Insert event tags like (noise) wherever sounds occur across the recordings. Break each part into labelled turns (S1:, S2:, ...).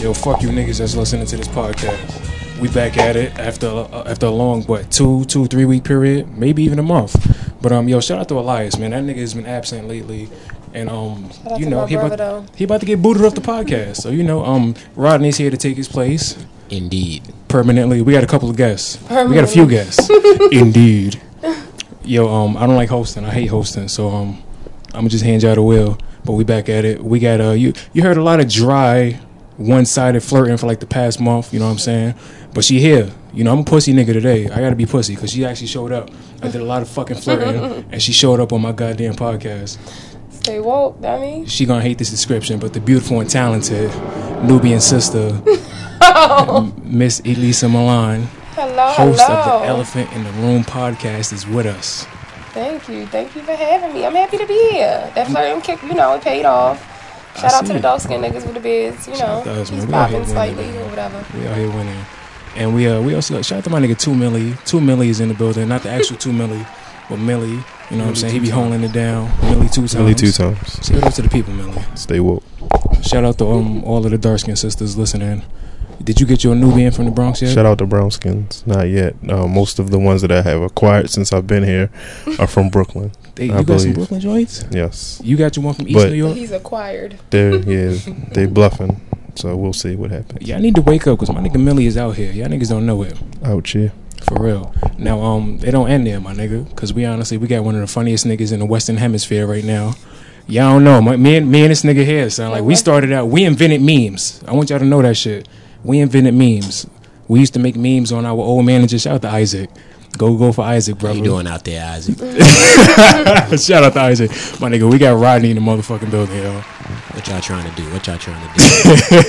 S1: Yo, fuck you niggas that's listening to this podcast. We back at it after uh, after a long what two two three week period, maybe even a month. But um, yo, shout out to Elias, man. That nigga has been absent lately, and um,
S2: Shout out
S1: you
S2: to
S1: know
S2: my
S1: he
S2: brother,
S1: about, he about to get booted off the podcast. So you know, um, Rodney's here to take his place
S3: Indeed.
S1: permanently. We got a couple of guests. We got a few guests.
S2: (laughs)
S1: Indeed. Yo, um, I don't like hosting. I hate hosting. So um, I'm gonna just hand y'all the wheel. But we back at it. We got uh, you. You heard a lot of dry, one-sided flirting for like the past month. You know what I'm saying? But she here. You know I'm a pussy nigga today. I gotta be pussy because she actually showed up. I did a lot of fucking flirting, and she showed up on my goddamn podcast.
S2: Stay woke, dummy.
S1: She gonna hate this description, but the beautiful and talented Nubian sister, Miss Elisa Milan
S2: Hello,
S1: host
S2: hello.
S1: of the Elephant in the Room podcast, is with us.
S2: Thank you, thank you for having me. I'm happy to be here. That flirting kick, you know, it paid off. Shout out
S1: see
S2: to the
S1: it.
S2: dark skin niggas with the beards, you know,
S1: out to us, man.
S2: he's
S1: We out here winning,
S2: popping slightly
S1: man.
S2: or whatever.
S1: We out here winning, and we uh we also shout out to my nigga Two Millie. Two Millie is in the building, not the actual Two Millie, but Millie. You know what I'm saying? He be holding it down. Millie two times.
S4: Only two times.
S1: Say what up to the people, Millie.
S4: Stay woke.
S1: Shout out to um all of the dark skinned sisters listening. Did you get your Nubian from the Bronx yet?
S4: Shout out to Brownskins. Not yet. Uh, most of the ones that I have acquired since I've been here are from Brooklyn.
S1: They- you
S4: I
S1: got some
S4: believe.
S1: Brooklyn joints.
S4: Yes,
S1: You got your one from East
S4: But-
S1: New York.
S2: He's acquired.
S4: they're yeah, they bluffing. So we'll see what happens.
S1: Y'all need to wake up because my nigga Millie is out here. Y'all niggas don't know it.
S4: Out here.
S1: For real. Now, um, it don't end there, my nigga. Cause we honestly, we got one of the funniest niggas in the Western Hemisphere right now. Y'all don't know. My, me and me and this nigga here sound like we started out. We invented memes. I want y'all to know that shit. We invented memes. We used to make memes on our old manager. Shout out to Isaac. Go go for Isaac,
S3: How
S1: brother.
S3: you doing out there, Isaac?
S1: (laughs) Shout out to Isaac, my nigga. We got Rodney in the motherfucking building, yo. (laughs)
S3: What y'all trying to do? What y'all trying to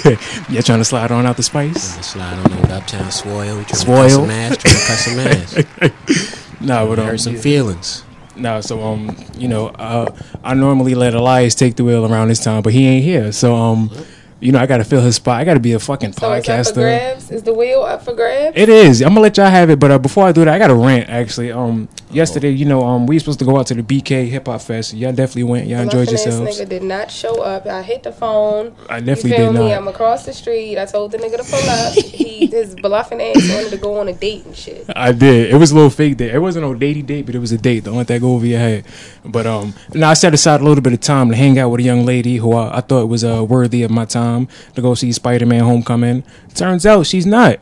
S3: do?
S1: Y'all trying to slide on out the spice?
S3: Trying to slide on over to Uptown Swoyle? You Trying
S1: Swoyle.
S3: to cut some ass? Trying to cut some ass?
S1: Nah, but um,
S3: Hurt some
S1: yeah.
S3: feelings.
S1: No, so um, you know, uh, I normally let Elias take the wheel around this time, but he ain't here. So um, you know, I gotta fill his spot. I gotta be a fucking
S2: So it's up for
S1: podcaster.
S2: grabs. Is the wheel up for grabs?
S1: It is. I'm gonna let y'all have it, but uh, before I do that, I got to rant. Actually, um, yesterday, you know, um, we supposed to go out to the BK Hip Hop Fest. Y'all definitely went. Y'all enjoyed
S2: Muffin ass
S1: yourselves.
S2: nigga did not show up. I hit the phone.
S1: I definitely
S2: you feel
S1: did
S2: me?
S1: not.
S2: I'm across the street. I told the nigga to pull
S1: (laughs)
S2: up. he his bluffing ass wanted to go on a date and shit.
S1: I did. It was a little fake date. It wasn't no datey date, but it was a date. Don't let that go over your head. But um, now I set aside a little bit of time to hang out with a young lady who I, I thought was uh, worthy of my time to go see Spider Man Homecoming. Turns out she's not.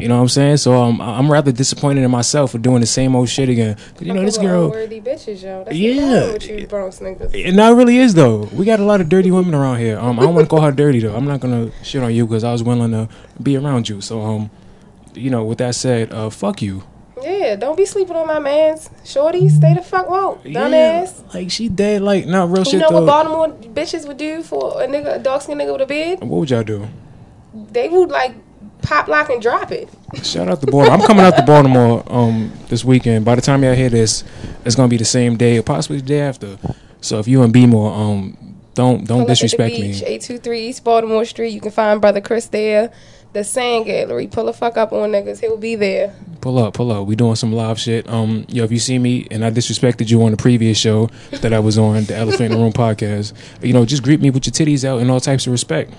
S1: You know what I'm saying? So um, I- I'm rather disappointed in myself for doing the same old shit again. 'Cause, you know this
S2: Couple of
S1: girl.
S2: unworthy bitches, yo. That's
S1: Yeah.
S2: yeah, with you Bronx niggas.
S1: It now really is though. We got a lot of dirty women around here. Um, I don't want to call her dirty though. I'm not gonna shit on you because I was willing to be around you. So um, you know, with that said, uh, fuck you.
S2: Yeah, don't be sleeping on my man's shorty. Stay the fuck woke,
S1: Yeah,
S2: dumbass.
S1: Like she dead. Like not real shit
S2: You know
S1: though.
S2: what Baltimore bitches would do for a nigga, a dark skinned nigga with a beard?
S1: What would y'all do?
S2: They would like pop lock and drop it.
S1: Shout out to Baltimore. I'm coming out to Baltimore um, this weekend. By the time y'all hear this, it's gonna be the same day, or possibly the day after. So if you in Bmore, um, don't don't
S2: Pull up at the
S1: disrespect
S2: beach,
S1: me.
S2: 823 East Baltimore Street. You can find Brother Chris there. The Sand Gallery. Pull the fuck up on niggas. He'll be there.
S1: Pull up, pull up. We doing some live shit. Um, yo, if you see me and I disrespected you on the previous show that I was on, the Elephant in the Room podcast, you know, just greet me with your titties out and all types of respect,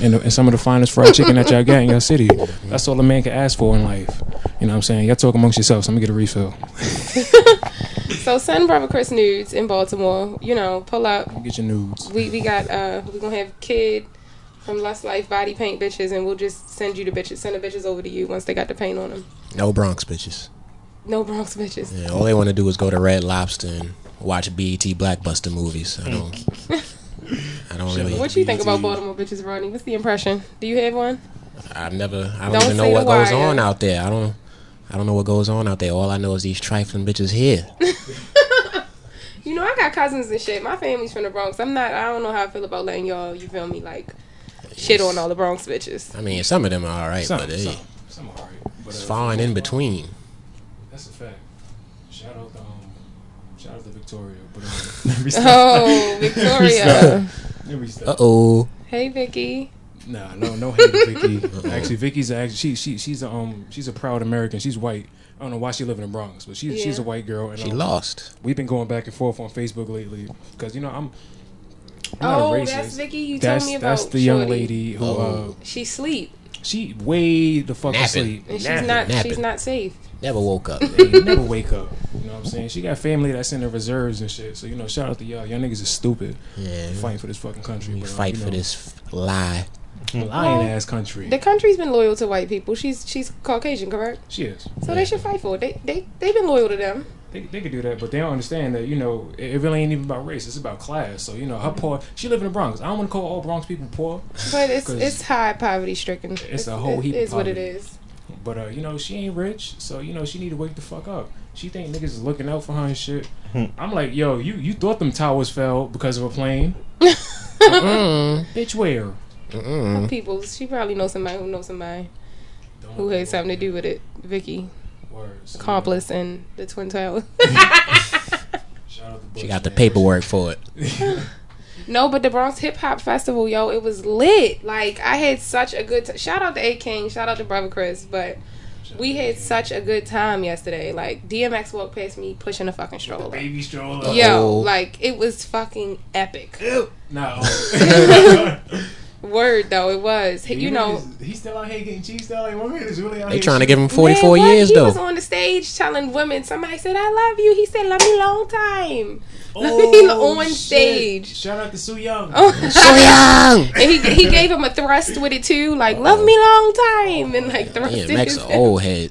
S1: and, and some of the finest fried chicken that y'all got in your city. That's all a man can ask for in life. You know what I'm saying? Y'all talk amongst yourselves. I'm gonna get a refill.
S2: So send Brother Chris nudes in Baltimore. You know, pull up.
S1: Get your nudes.
S2: We we got uh we gonna have kid from Lust Life body paint bitches and we'll just send you the bitches send the bitches over to you once they got the paint on them.
S3: No Bronx bitches.
S2: No Bronx bitches.
S3: Yeah, all they want to do is go to Red Lobster and watch BET Blackbuster movies. I don't. I don't really.
S2: What you think about Baltimore bitches, Ronnie? What's the impression? Do you have one?
S3: I've never. I don't,
S2: Don't
S3: even know
S2: say
S3: what
S2: the
S3: goes
S2: wire.
S3: on out there. I don't. I don't know what goes on out there. All I know is these trifling bitches here.
S2: You know, I got cousins and shit. My family's from the Bronx. I'm not. I don't know how I feel about letting y'all. You feel me? Like shit on all the Bronx bitches.
S3: I mean, some of them are alright,
S1: Some,
S3: but
S1: some,
S3: hey,
S1: some are alright, but,
S3: it's
S1: uh,
S3: far and in between.
S1: That's a fact. Shout out, um, shout out to Victoria. But
S2: (laughs)
S1: uh, (laughs)
S2: Oh, Victoria.
S3: Uh oh.
S2: hey, Vicky.
S1: Nah, no, no hate to
S3: (laughs) Uh-uh.
S1: Vicky. actually, Vicky's actually she she she's a um she's a proud American. She's white. I don't know why she live in the Bronx, but she's she's a
S2: Yeah.
S1: white girl. And
S3: She
S1: um,
S3: lost.
S1: we've been going back and forth on Facebook lately because you know I'm not a
S2: oh,
S1: racist.
S2: that's Vicky. You
S1: That's
S2: told me about.
S1: that's the young
S2: Shorty.
S1: lady who
S3: Oh.
S1: uh,
S2: She sleep
S1: she way the fuck
S3: Napping.
S1: asleep.
S2: and she's
S1: Napping.
S2: not.
S3: napping.
S2: She's not safe.
S3: Never woke up.
S1: They never wake up. You know what I'm saying? She got family that's in the reserves and shit. So you know, shout out to y'all. Y'all niggas is stupid.
S3: Yeah.
S1: Fighting for this fucking country.
S3: You
S1: bro.
S3: fight
S1: You
S3: for
S1: know,
S3: this f- lie.
S1: lying ass country.
S2: Oh. The country's been loyal to white people. She's she's Caucasian, correct?
S1: she is.
S2: So they should fight for it. They they they've been loyal to them.
S1: They, they could do that, but they don't understand that you know it, it really ain't even about race. It's about class. So you know, her poor. She live in the Bronx. I don't want to call all Bronx people poor,
S2: But
S1: (laughs)
S2: it's
S1: 'Cause-
S2: it's high poverty stricken. It's,
S1: a whole
S2: it
S1: heap of
S2: is what it
S1: poverty.
S2: is.
S1: but uh, you know she ain't rich. So you know she need to wake the fuck up. She think niggas is looking out for her and shit.
S3: Hmm.
S1: I'm like, yo, you you thought them towers fell because of a plane?
S2: (laughs)
S3: Mm.
S1: Bitch, where?
S2: Her
S3: Mm.
S2: People, she probably knows somebody who knows somebody
S1: Don't-
S2: who had something to do with it. Vicky,
S1: Words.
S2: accomplice in the Twin Towers.
S1: Shout out to
S3: She
S1: Bush,
S3: got the
S1: man.
S3: paperwork for it.
S2: (laughs) No, but the Bronx Hip Hop Festival, yo, it was lit. Like I had such a good t- shout out to A King, shout out to Brother Chris, but we had such a good time yesterday. Like DMX walked past me pushing a fucking stroller.
S1: baby stroller.
S2: Yo,
S3: Uh-oh.
S2: like it was fucking epic. (laughs)
S1: (laughs) No.
S2: Word though, it was. He- You know,
S1: he's still out here getting cheese. Like, one minute is really out
S3: They
S1: here
S3: trying to
S1: shooting.
S3: give him 44
S2: Man, what?
S3: years
S2: he
S3: though.
S2: was on the stage telling women. Somebody said, "I love you." He said, "Love me long time." on
S1: Oh, shit.
S2: stage. Oh.
S1: Shout out to Sue Young.
S2: (laughs)
S3: so young.
S2: and he, he gave him a thrust with it too, like "Love me long time" and like thrusted.
S3: Yeah, Max
S2: his-
S3: an old head.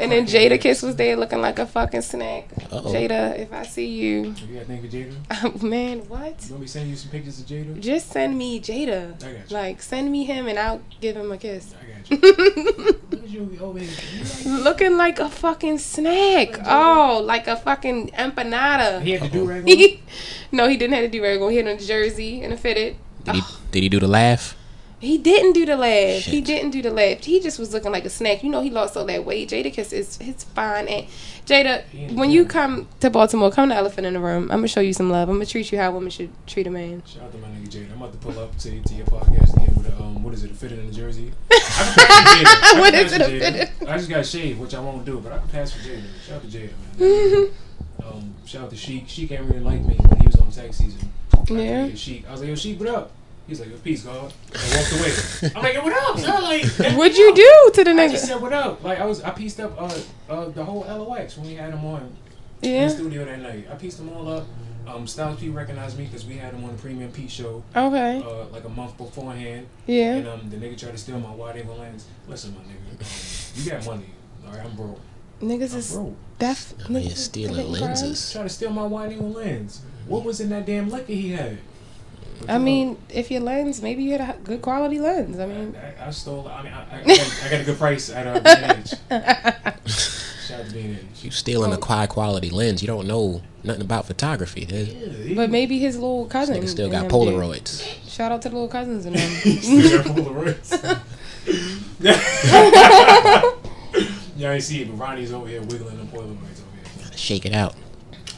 S2: And then Jada Kiss was there looking like a fucking snack.
S3: Uh-oh.
S2: Jada, if I see you,
S1: You got a thing for Jada?
S2: man, what?
S1: You want me to send you some pictures of Jada?
S2: Just send me Jada.
S1: I got you.
S2: Like, send me him and I'll give him a kiss. (laughs)
S1: I got you. (laughs) Look at you over here. (laughs) You like-
S2: Looking like a fucking snack. Oh, like a fucking empanada.
S1: He had to do
S2: (laughs)
S1: right
S2: no, he didn't have to do very well. He had a jersey and a fitted.
S3: Did he, did he do the laugh?
S2: He didn't do the laugh. He
S3: Shit.
S2: didn't do the laugh. He just was looking like a snack. You know, he lost all that weight. Jada Kiss is his fine. And Jada,
S1: ain't
S2: when you
S1: good.
S2: come to Baltimore, come to Elephant in the Room. I'm gonna show you some love. I'm gonna treat you how women should treat a man. (laughs)
S1: Shout out to my nigga Jada. I'm about to pull up to, to your podcast again with a, um, what is it, a fitted in the
S2: (laughs)
S1: jersey? I can pass for Jada. I can
S2: What
S1: pass
S2: is
S1: for
S2: it, a
S1: Jada.
S2: fitted?
S1: I just got shaved, which I won't do, but I can pass for Jada. Shout out to
S2: (laughs)
S1: Jada, man. um, shout out to Sheik. Sheik ain't really like me when he was on tax season. I
S2: Yeah.
S1: hated Sheik. I was like, yo, Sheik, what up? He's like, yo, peace, God. I walked away. I'm like, yo, what up? So, like,
S2: What'd you do to the
S1: I just
S2: nigga?
S1: said, what up? Like, I was, I pieced up uh, uh, the whole LOX when we had him on in the
S2: Yeah.
S1: studio that night. I pieced them all up. Um, Styles P recognized me because we had him on the Premium P show
S2: Okay.
S1: uh, like a month beforehand, and
S2: Yeah.
S1: um, the nigga tried to steal my wide angle lens. Listen, my nigga, um, you got money. All right, I'm broke.
S2: Niggas
S1: I'm
S2: is
S1: broke.
S2: deaf.
S3: I mean, stealing lenses.
S1: Try to steal my wide angle lens. What was in that damn liquor he had? But,
S2: I
S1: you know,
S2: mean, if your lens, maybe you had a h- good quality lens. I
S3: (laughs)
S2: mean, (laughs)
S1: I, I stole. I mean, I, I, I, got, I got a good price at uh, B&H. Shout out to B&H.
S3: You stealing
S2: Oh.
S3: a high quality lens. You don't know nothing about photography. This
S1: Yeah, he-
S2: but maybe his little cousin.
S3: nigga still
S2: and
S3: got
S2: them
S3: Polaroids.
S2: did. Shout out to the little cousins
S3: (laughs)
S2: and
S1: He
S2: them. (laughs)
S1: still got Polaroids. Y'all ain't see it, but Ronnie's over here wiggling the Polaroids over here.
S3: Shake it out.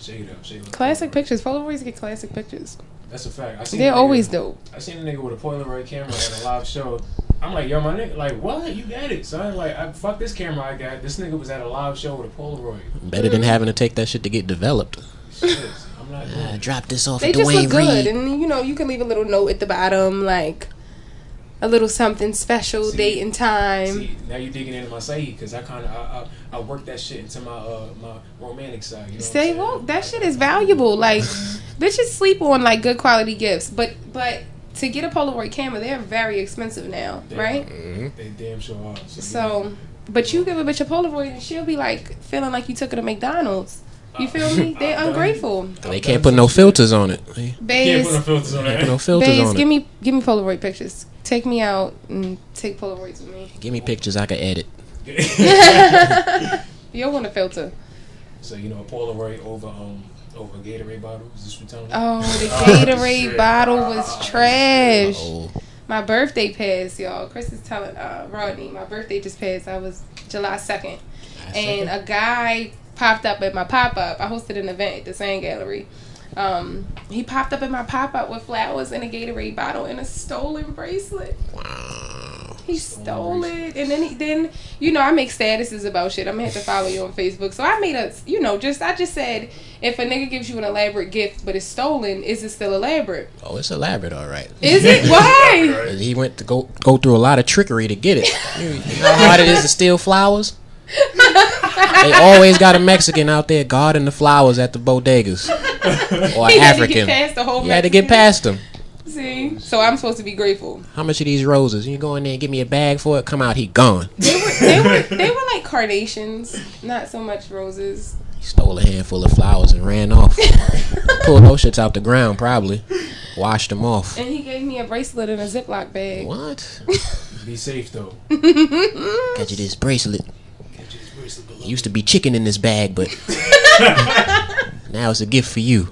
S1: Shake it up, shake it up.
S2: classic pictures. Polaroids get classic pictures.
S1: That's a fact. I seen
S2: They're
S1: a nigga-
S2: always dope.
S1: I seen a nigga with a Polaroid camera at a live show. I'm like, yo, my nigga, like, what? You got it, son? Like, I, fuck this camera I got. This nigga was at a live show with a Polaroid.
S3: Better
S2: Mm.
S3: than having to take that shit to get developed.
S1: Shit, I'm not doing
S3: I
S1: it.
S3: dropped this off
S2: They
S3: at
S2: just
S3: Dwayne
S2: look good,
S3: Reed.
S2: and you know you can leave a little note at the bottom, like a little something special,
S1: See,
S2: date and time.
S1: See, now you digging into my psyche because I kind of I, I, I work that shit into my uh my romantic side. You know
S2: Stay
S1: what I'm saying?
S2: woke. That shit is
S1: (laughs)
S2: valuable. Like bitches sleep on like good quality gifts, but but to get a Polaroid camera, they're very expensive now,
S1: They
S2: right?
S1: They damn sure are. So,
S2: So, but you give a bitch a Polaroid, and she'll be like feeling like you took her to McDonald's. You feel
S1: (laughs)
S2: me? They're
S1: I'm Uh, done.
S2: ungrateful.
S3: They can't put no filters on it. They
S1: Can't put no
S2: Bays,
S1: filters on
S3: can't put no
S1: that.
S3: filters
S2: Bays,
S3: on
S2: give
S3: it.
S2: me give me Polaroid pictures. Take me out and take Polaroids with me.
S3: Give me pictures I can edit.
S2: (laughs) You'll want a filter.
S1: so you know, a Polaroid over um over Gatorade bottle. Is this what you're telling me?
S2: Oh, the
S1: Oh,
S2: Gatorade
S1: shit.
S2: bottle was trash.
S3: Oh,
S2: My birthday passed, y'all. Chris is telling uh, Rodney, my birthday just passed. I was July 2nd. And uh, a guy popped up at my pop up. I hosted an event at the Sand Gallery. Um, he popped up at my pop up with flowers and a Gatorade bottle and a stolen bracelet.
S3: wow.
S2: He stole it, and then he, then you know I make statuses about shit. I'm gonna have to follow you on Facebook. So I made a you know just I just said if a nigga gives you an elaborate gift but it's stolen, is it still elaborate?
S3: Oh, it's elaborate, all right.
S2: Is it why?
S3: He went to go go through a lot of trickery to get it. (laughs) You know how hard it is to steal flowers? they always got a Mexican out there guarding the flowers at
S2: (laughs)
S3: the bodegas. Or
S2: He had to get
S3: African.
S2: past the whole.
S3: You had to get
S2: Mexican-
S3: past them.
S2: See, so I'm supposed to be grateful.
S3: How much are these roses? You go in there and give me a bag for it, come out, he gone.
S2: They were they were
S1: (laughs)
S2: they were like carnations, not so much roses.
S3: He stole a handful of flowers and ran
S2: (laughs)
S3: off. Pulled those shits out the ground, probably. Washed them off.
S2: And he gave me a bracelet and a Ziploc bag. (laughs)
S3: What?
S1: Be safe though.
S3: Got you this bracelet. It used to be chicken in this
S2: (laughs)
S3: bag, but now it's a gift for you.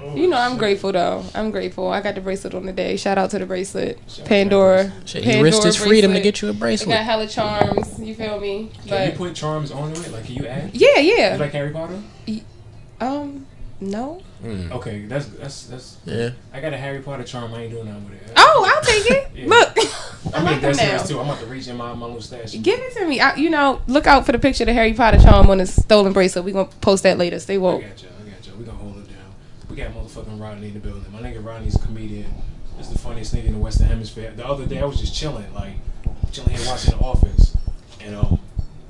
S2: You know, I'm grateful though. I'm grateful. I got the bracelet on the day. Shout out to the bracelet, Pandora.
S3: Shit, he
S2: Pandora
S3: risked his freedom to
S2: bracelet.
S3: get you a
S2: It got
S3: bracelet.
S2: hella charms. You feel me?
S1: Can
S2: But
S1: you put charms on it? Like, can you add?
S2: yeah, yeah.
S1: Like Harry Potter?
S2: Um, no.
S3: Mm.
S1: Okay, that's that's that's.
S3: Yeah.
S1: I got a Harry Potter charm. I ain't doing nothing with it.
S2: Oh, I'll take it.
S1: (laughs) Yeah.
S2: Look, I
S1: I'm being
S2: like
S1: dead
S2: them now.
S1: serious too. I'm about to reach in my, my little stash.
S2: Give it to me. I, you know, look out for the picture of the Harry Potter charm on his stolen bracelet. We gonna post that later. Stay
S1: I
S2: woke.
S1: got y'all. I got y'all. We gonna hold it down. We got motherfucking Rodney in the building. My nigga Rodney's a comedian. It's the funniest nigga in the Western Hemisphere. The other day I was just chilling, like chilling here watching The Office, and um,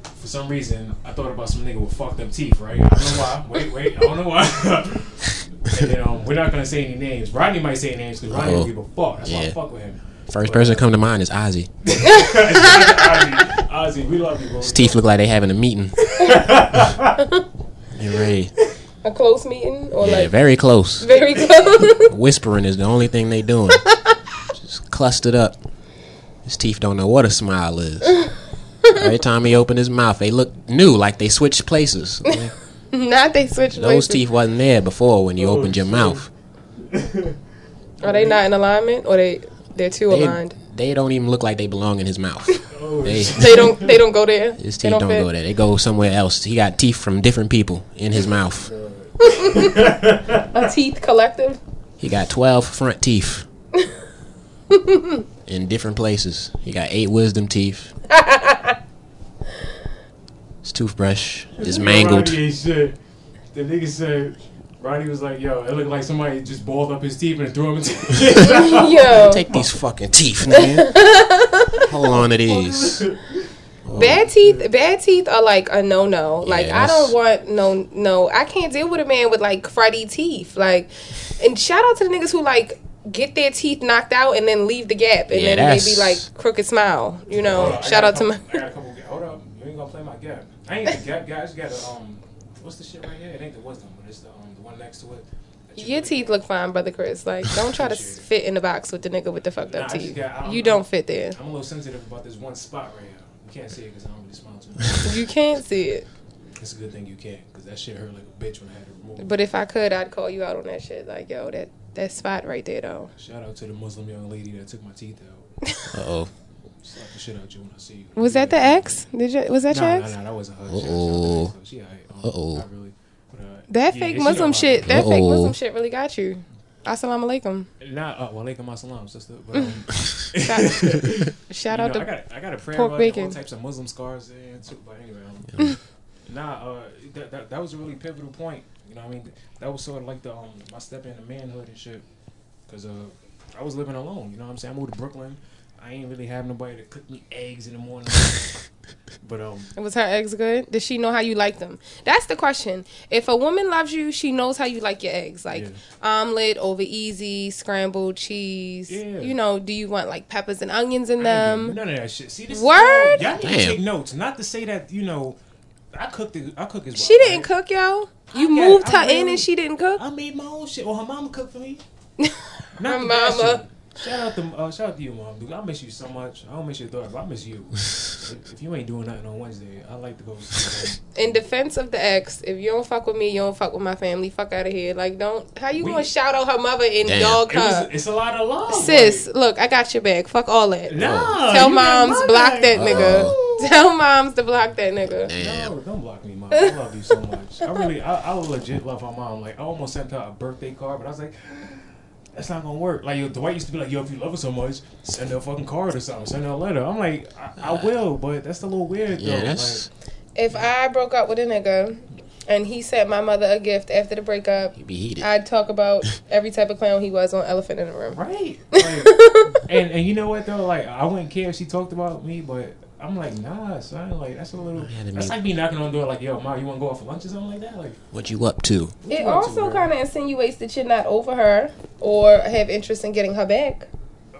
S1: for some reason I thought about some nigga with fucked up teeth. Right? I don't know why. Wait, wait. I don't know why. (laughs) and then, um, we're not gonna say any names. Rodney might say names because Rodney
S3: Uh-oh.
S1: don't give a fuck. That's why I
S3: Yeah.
S1: fuck with him. (laughs)
S3: First person to come to mind is Ozzy.
S1: Ozzy, Ozzy, we love you, bro. (laughs)
S3: His teeth look like they having
S2: (laughs)
S3: a meeting. They're ready.
S2: A close meeting or
S3: Yeah, very close. (laughs)
S2: very close.
S3: Whispering is the only thing they
S2: (laughs)
S3: doing. Just clustered up. His teeth don't know what a smile is.
S2: (laughs)
S3: Every time he opened his mouth, they look new, like they
S2: (laughs)
S3: switched places.
S2: Not they switch
S3: Those teeth wasn't there before when
S2: Oh,
S3: you opened your mouth.
S2: Are they not in alignment or they they're too
S3: They, they don't even look like they belong in his mouth.
S1: Oh,
S2: (laughs)
S3: They,
S2: They don't they don't go there.
S3: his teeth don't, go there. They go somewhere else. He got teeth from different people in his mouth.
S2: A teeth collective.
S3: He got 12 front teeth (laughs) in different places. He got eight wisdom teeth. His toothbrush is mangled.
S1: Rodney ain't shit. The nigga said, Rodney was like, yo, it looked like somebody just balled up his teeth and threw him into (laughs)
S2: (laughs) (laughs) Yo,
S3: Take these fucking teeth, man. Hold on to these.
S2: bad teeth. Bad teeth are like a no no. Like I
S3: Yes.
S2: don't want no no. I can't deal with a man with like cruddy teeth. Like, and shout out to the niggas who like get their teeth knocked out and then leave the gap and
S3: Yeah,
S2: then they
S3: that's-
S2: be like crooked smile. You know.
S1: Hold up, I
S2: shout
S1: got a
S2: out to my. (laughs)
S1: couple- I got a couple. ga- Hold up, you ain't gonna play my gap. I ain't the gap guy. I just got a um. What's the shit right here? It ain't the wisdom, but it's the um the one next to it. that you
S2: Your
S1: put-
S2: teeth look fine, brother Chris. Like, don't try to
S3: (laughs)
S2: s- fit in the box with the nigga with the fucked
S1: Nah, I
S2: up
S1: just
S2: teeth.
S1: got- I don't
S2: You
S1: know.
S2: don't fit there.
S1: I'm a little sensitive about this one spot right here. You can't see it because I don't really smile too
S2: (laughs)
S1: much.
S2: You can't see it.
S1: it's a good thing you can't because that shit hurt like a bitch when I had to remove. it.
S2: But if I could, I'd call you out on that shit. Like, yo, that that spot right there, though.
S1: Shout out to the Muslim young lady that took my teeth out.
S3: Uh oh.
S1: Slap the shit out you when I see you.
S2: Was that the ex? Did you? Was that
S1: No,
S2: your
S1: no,
S2: ex?
S1: no, that wasn't her.
S3: Uh-oh.
S1: She alright.
S3: Uh-oh.
S1: Not really. But, uh,
S2: That
S1: yeah,
S2: fake
S1: she
S2: Muslim
S1: alright.
S2: shit. That fake
S3: Uh-oh.
S2: Muslim shit really got you.
S1: (laughs)
S2: Assalamu alaikum.
S1: Not uh, Walaikum Assalam, sister.
S2: (laughs)
S1: But, um,
S2: Shout, shout
S1: you
S2: out
S1: know, I
S2: to.
S1: got I got a prayer rug
S2: pork
S1: and
S2: bacon.
S1: all types of Muslim scars and too. But anyway, um, (laughs) nah, uh, that, that that was a really pivotal point. You know, what I mean, that was sort of like the um my step into manhood and shit. Cause uh, I was living alone. You know what I'm saying? I moved to Brooklyn. I ain't really have nobody to cook me eggs in the
S3: (laughs)
S1: morning. but um,
S2: Was her ex good? Did she know how you like them? That's the question. If a woman loves you, she knows how you like your eggs. Like
S1: Yeah.
S2: omelet over easy, scrambled cheese.
S1: Yeah.
S2: You know, do you want like peppers and onions in
S1: I ain't
S2: them?
S1: getting none of that shit. See this?
S2: Word?
S1: Y'all need to
S3: Damn.
S1: take notes. Not to say that you know, I cooked. The, I cook as well.
S2: She didn't
S1: right?
S2: cook, yo. You
S1: I got-
S2: moved her
S1: I
S2: in
S1: really-
S2: and she didn't cook.
S1: I made my own shit. Well, her mama cooked for
S2: (laughs)
S1: me.
S2: Her
S1: Not the best
S2: mama.
S1: shit. Shout out to uh, shout out to you, mom. Dude, I miss you so much. I don't miss your daughter, but I miss you. if if you ain't doing nothing on Wednesday, I like to
S2: (laughs)
S1: go. see you.
S2: in defense of the ex, if you don't fuck with me, you don't fuck with my family. Fuck out of here. Like, don't. How you
S1: We-
S2: gonna shout out her mother and
S3: Damn.
S2: dog
S1: It was,
S2: her?
S1: it's a lot of love,
S2: Sis,
S1: Like,
S2: look, I got your back. Fuck all that.
S1: nah,
S2: Tell
S1: you got
S2: moms
S1: my
S2: block
S1: back.
S2: that
S3: Oh.
S2: nigga. (laughs) Tell moms to block that nigga.
S3: Damn.
S1: No, don't block me, mom. I love you so much. I really, I, I legit love my mom. Like, I almost sent her a birthday card, but I was like, (gasps) that's not gonna work. Like yo, Dwight used to be like, yo, if you love her so much, send her a fucking card or something, send her a letter. I'm like, I, I will, but that's a little weird
S3: Yeah,
S1: though.
S3: that's-
S1: Like,
S2: If I broke up with a nigga and he sent my mother a gift after the breakup,
S3: You be heated.
S2: I'd talk
S3: (laughs)
S2: about every type of clown he was on Elephant in the Room.
S1: right.
S2: (laughs)
S1: Like, and and you know what though? Like I wouldn't care if she talked about me, but I'm like, nah, son. Like that's a little.
S3: Yeah, they
S1: That's
S3: mean-
S1: like me knocking on the door, like, yo, ma, you wanna go out for lunch or something like that? Like,
S3: What you up to?
S1: what
S2: It
S1: you up to,
S2: also
S1: girl?
S2: kind of insinuates that you're not over her or have interest in getting her back.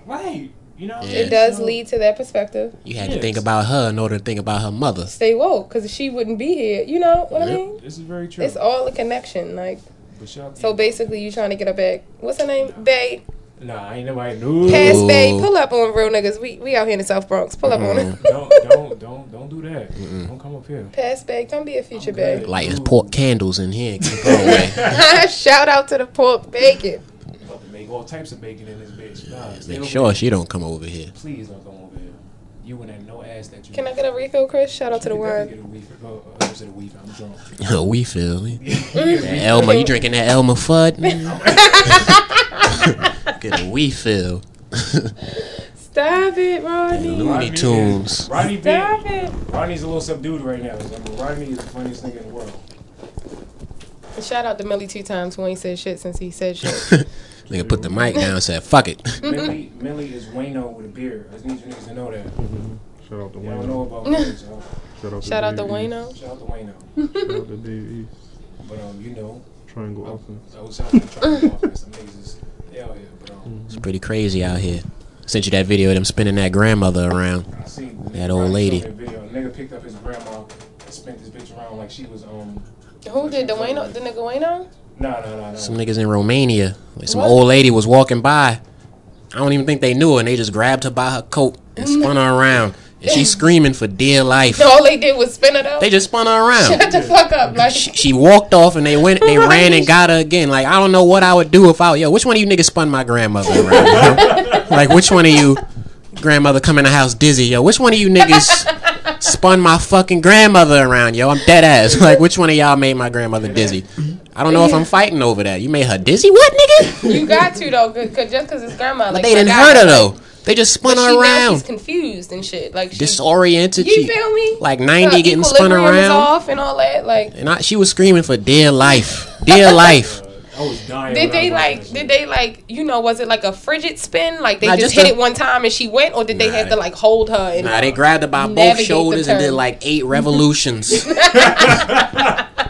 S1: right. You know,
S3: Yeah.
S2: It does
S1: So-
S2: lead to that perspective.
S3: You had
S1: Yes.
S3: to think about her in order to think about her mother.
S2: Stay woke, because she wouldn't be here. You know what I
S3: Yep.
S2: mean?
S1: This is very true.
S2: It's all a connection. Like
S1: But shout out
S2: so, basically, you trying to get her back. What's her name? Bay.
S1: to- nah, I ain't never. No,
S2: Pass
S3: Ooh.
S2: Bay. Pull up on real niggas. We we out here in the South Bronx. Pull up on
S3: Mm.
S2: it.
S1: don't, don't, don't, don't do that. Don't come up here.
S2: (laughs) Pass Bay. Don't be a future
S1: I'm
S2: Bay. (laughs)
S1: good.
S3: Light as
S1: Ooh.
S3: pork candles in here. Keep going, (laughs) man.
S2: Shout out to the pork bacon.
S1: about to make all types of bacon in this bitch. Nah, stay
S3: Make
S1: over
S3: sure
S1: here.
S3: she don't come over here. (laughs)
S1: Please don't come over here. You and that no ass that you.
S2: Can I get a refill, Chris? Shout out to the
S1: You can
S3: (laughs)
S2: wine.
S1: definitely get a weave- uh, uh, I said a weave, I'm drunk.
S3: we feel it. That
S1: Yeah.
S3: Elmer, you drinking that
S2: (laughs)
S3: Elmer Fudd? Mm. Get a we feel.
S2: Stop it, Ronnie.
S3: Looney Tunes. (laughs)
S1: Rodney, B,
S2: Stop it.
S1: Rodney's a little subdued right now. I mean, Rodney is the funniest nigga in the world.
S2: Shout out to Millie two times who ain't said shit since he said shit.
S3: Nigga put the mic down and said, fuck it.
S2: Mm-hmm.
S1: Millie, Millie is Wayno with a beard. I just need you niggas to know that.
S4: Shout out to
S1: Y'all
S4: Wayne.
S1: know about Millie,
S2: (laughs)
S1: so
S2: Shout out to Wayno.
S1: shout out to Wayno.
S4: E Shout out to Dave East.
S1: But um, you know, Oh.
S4: Triangle Offense.
S1: I was out there trying to office. Niggas is hell yeah. But um,
S3: It's pretty crazy out here. Sent you that video of them spinning that grandmother around.
S1: I seen the
S3: That
S1: nigga
S3: old
S1: Rodney
S3: lady.
S1: showed that Video. A nigga picked up his grandma and spent this bitch around like she was um.
S2: Who did the Wayno? The nigga
S3: (laughs)
S2: Wayno?
S1: Nah, nah, nah, nah.
S3: Some niggas in Romania. Like some
S2: What?
S3: old lady was walking by. I don't even think they knew her, and they just grabbed her by her coat and spun her around. And
S2: (laughs)
S3: she's screaming for dear life.
S2: All they did was spin it up.
S3: They just spun her
S2: (laughs)
S3: around.
S2: Shut the fuck up. Like,
S3: She, she walked off and they went. They ran and got her again. Like I don't know what I would do if I yo. Which one of you niggas spun my grandmother around? like which one of you grandmother come in the house dizzy yo? Which one of you niggas spun my fucking grandmother around yo? I'm dead ass. (laughs) Like which one of y'all made my grandmother dizzy? I don't know if I'm fighting over that. You made her dizzy? What
S2: (laughs)
S3: nigga?
S2: you got to, though, cause, 'cause just because it's grandma. Like,
S3: They didn't
S2: my
S3: hurt
S2: God,
S3: her
S2: like,
S3: though. They just spun
S2: She
S3: her
S2: now she's
S3: around.
S2: confused and shit. Like she,
S3: Disoriented.
S2: you
S3: She,
S2: feel me?
S3: like 90
S2: Her
S3: getting spun
S2: equilibrium is
S3: around.
S2: off and all that. Like,
S3: And I, she was screaming for dear life. Dear life.
S1: I was dying.
S2: did
S1: when I
S2: they
S1: was
S2: like?
S1: watching
S2: Did
S1: that
S2: they like? You know, was it like a frigid spin? Like they
S3: Nah,
S2: just,
S3: just
S2: hit
S3: a-
S2: it one time and she went, or did they
S3: Nah,
S2: have
S3: they-
S2: to like hold her? And
S3: Nah, they grabbed her by both
S2: Navigate the
S3: shoulders and did
S2: curve.
S3: like eight revolutions.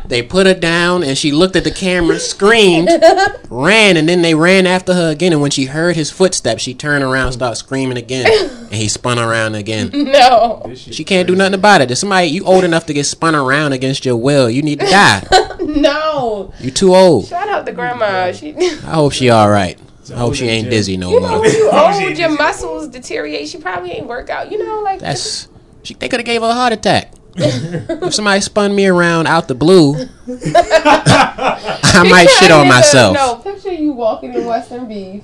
S3: they put her down and she looked at the camera, screamed, ran, and then they ran after her again. And when she heard his footsteps, she turned around and started screaming again. And he spun around again.
S2: (laughs) no,
S1: shit.
S3: She can't do nothing about it. There's somebody, you old enough to get spun around against your will. You need to die.
S2: no.
S3: You too old.
S2: Shout out to grandma. She,
S3: I hope she all right. I hope she ain't dizzy no more.
S2: (laughs)
S3: (laughs)
S2: you
S1: she
S2: old,
S1: is.
S2: your muscles deteriorate. She probably ain't work out. You know, like (laughs)
S3: That's she. They could have gave her a heart attack. if somebody spun me around out the blue, I might shit on
S2: Picture-
S3: myself.
S2: (laughs) No, picture you walking in Western Beef.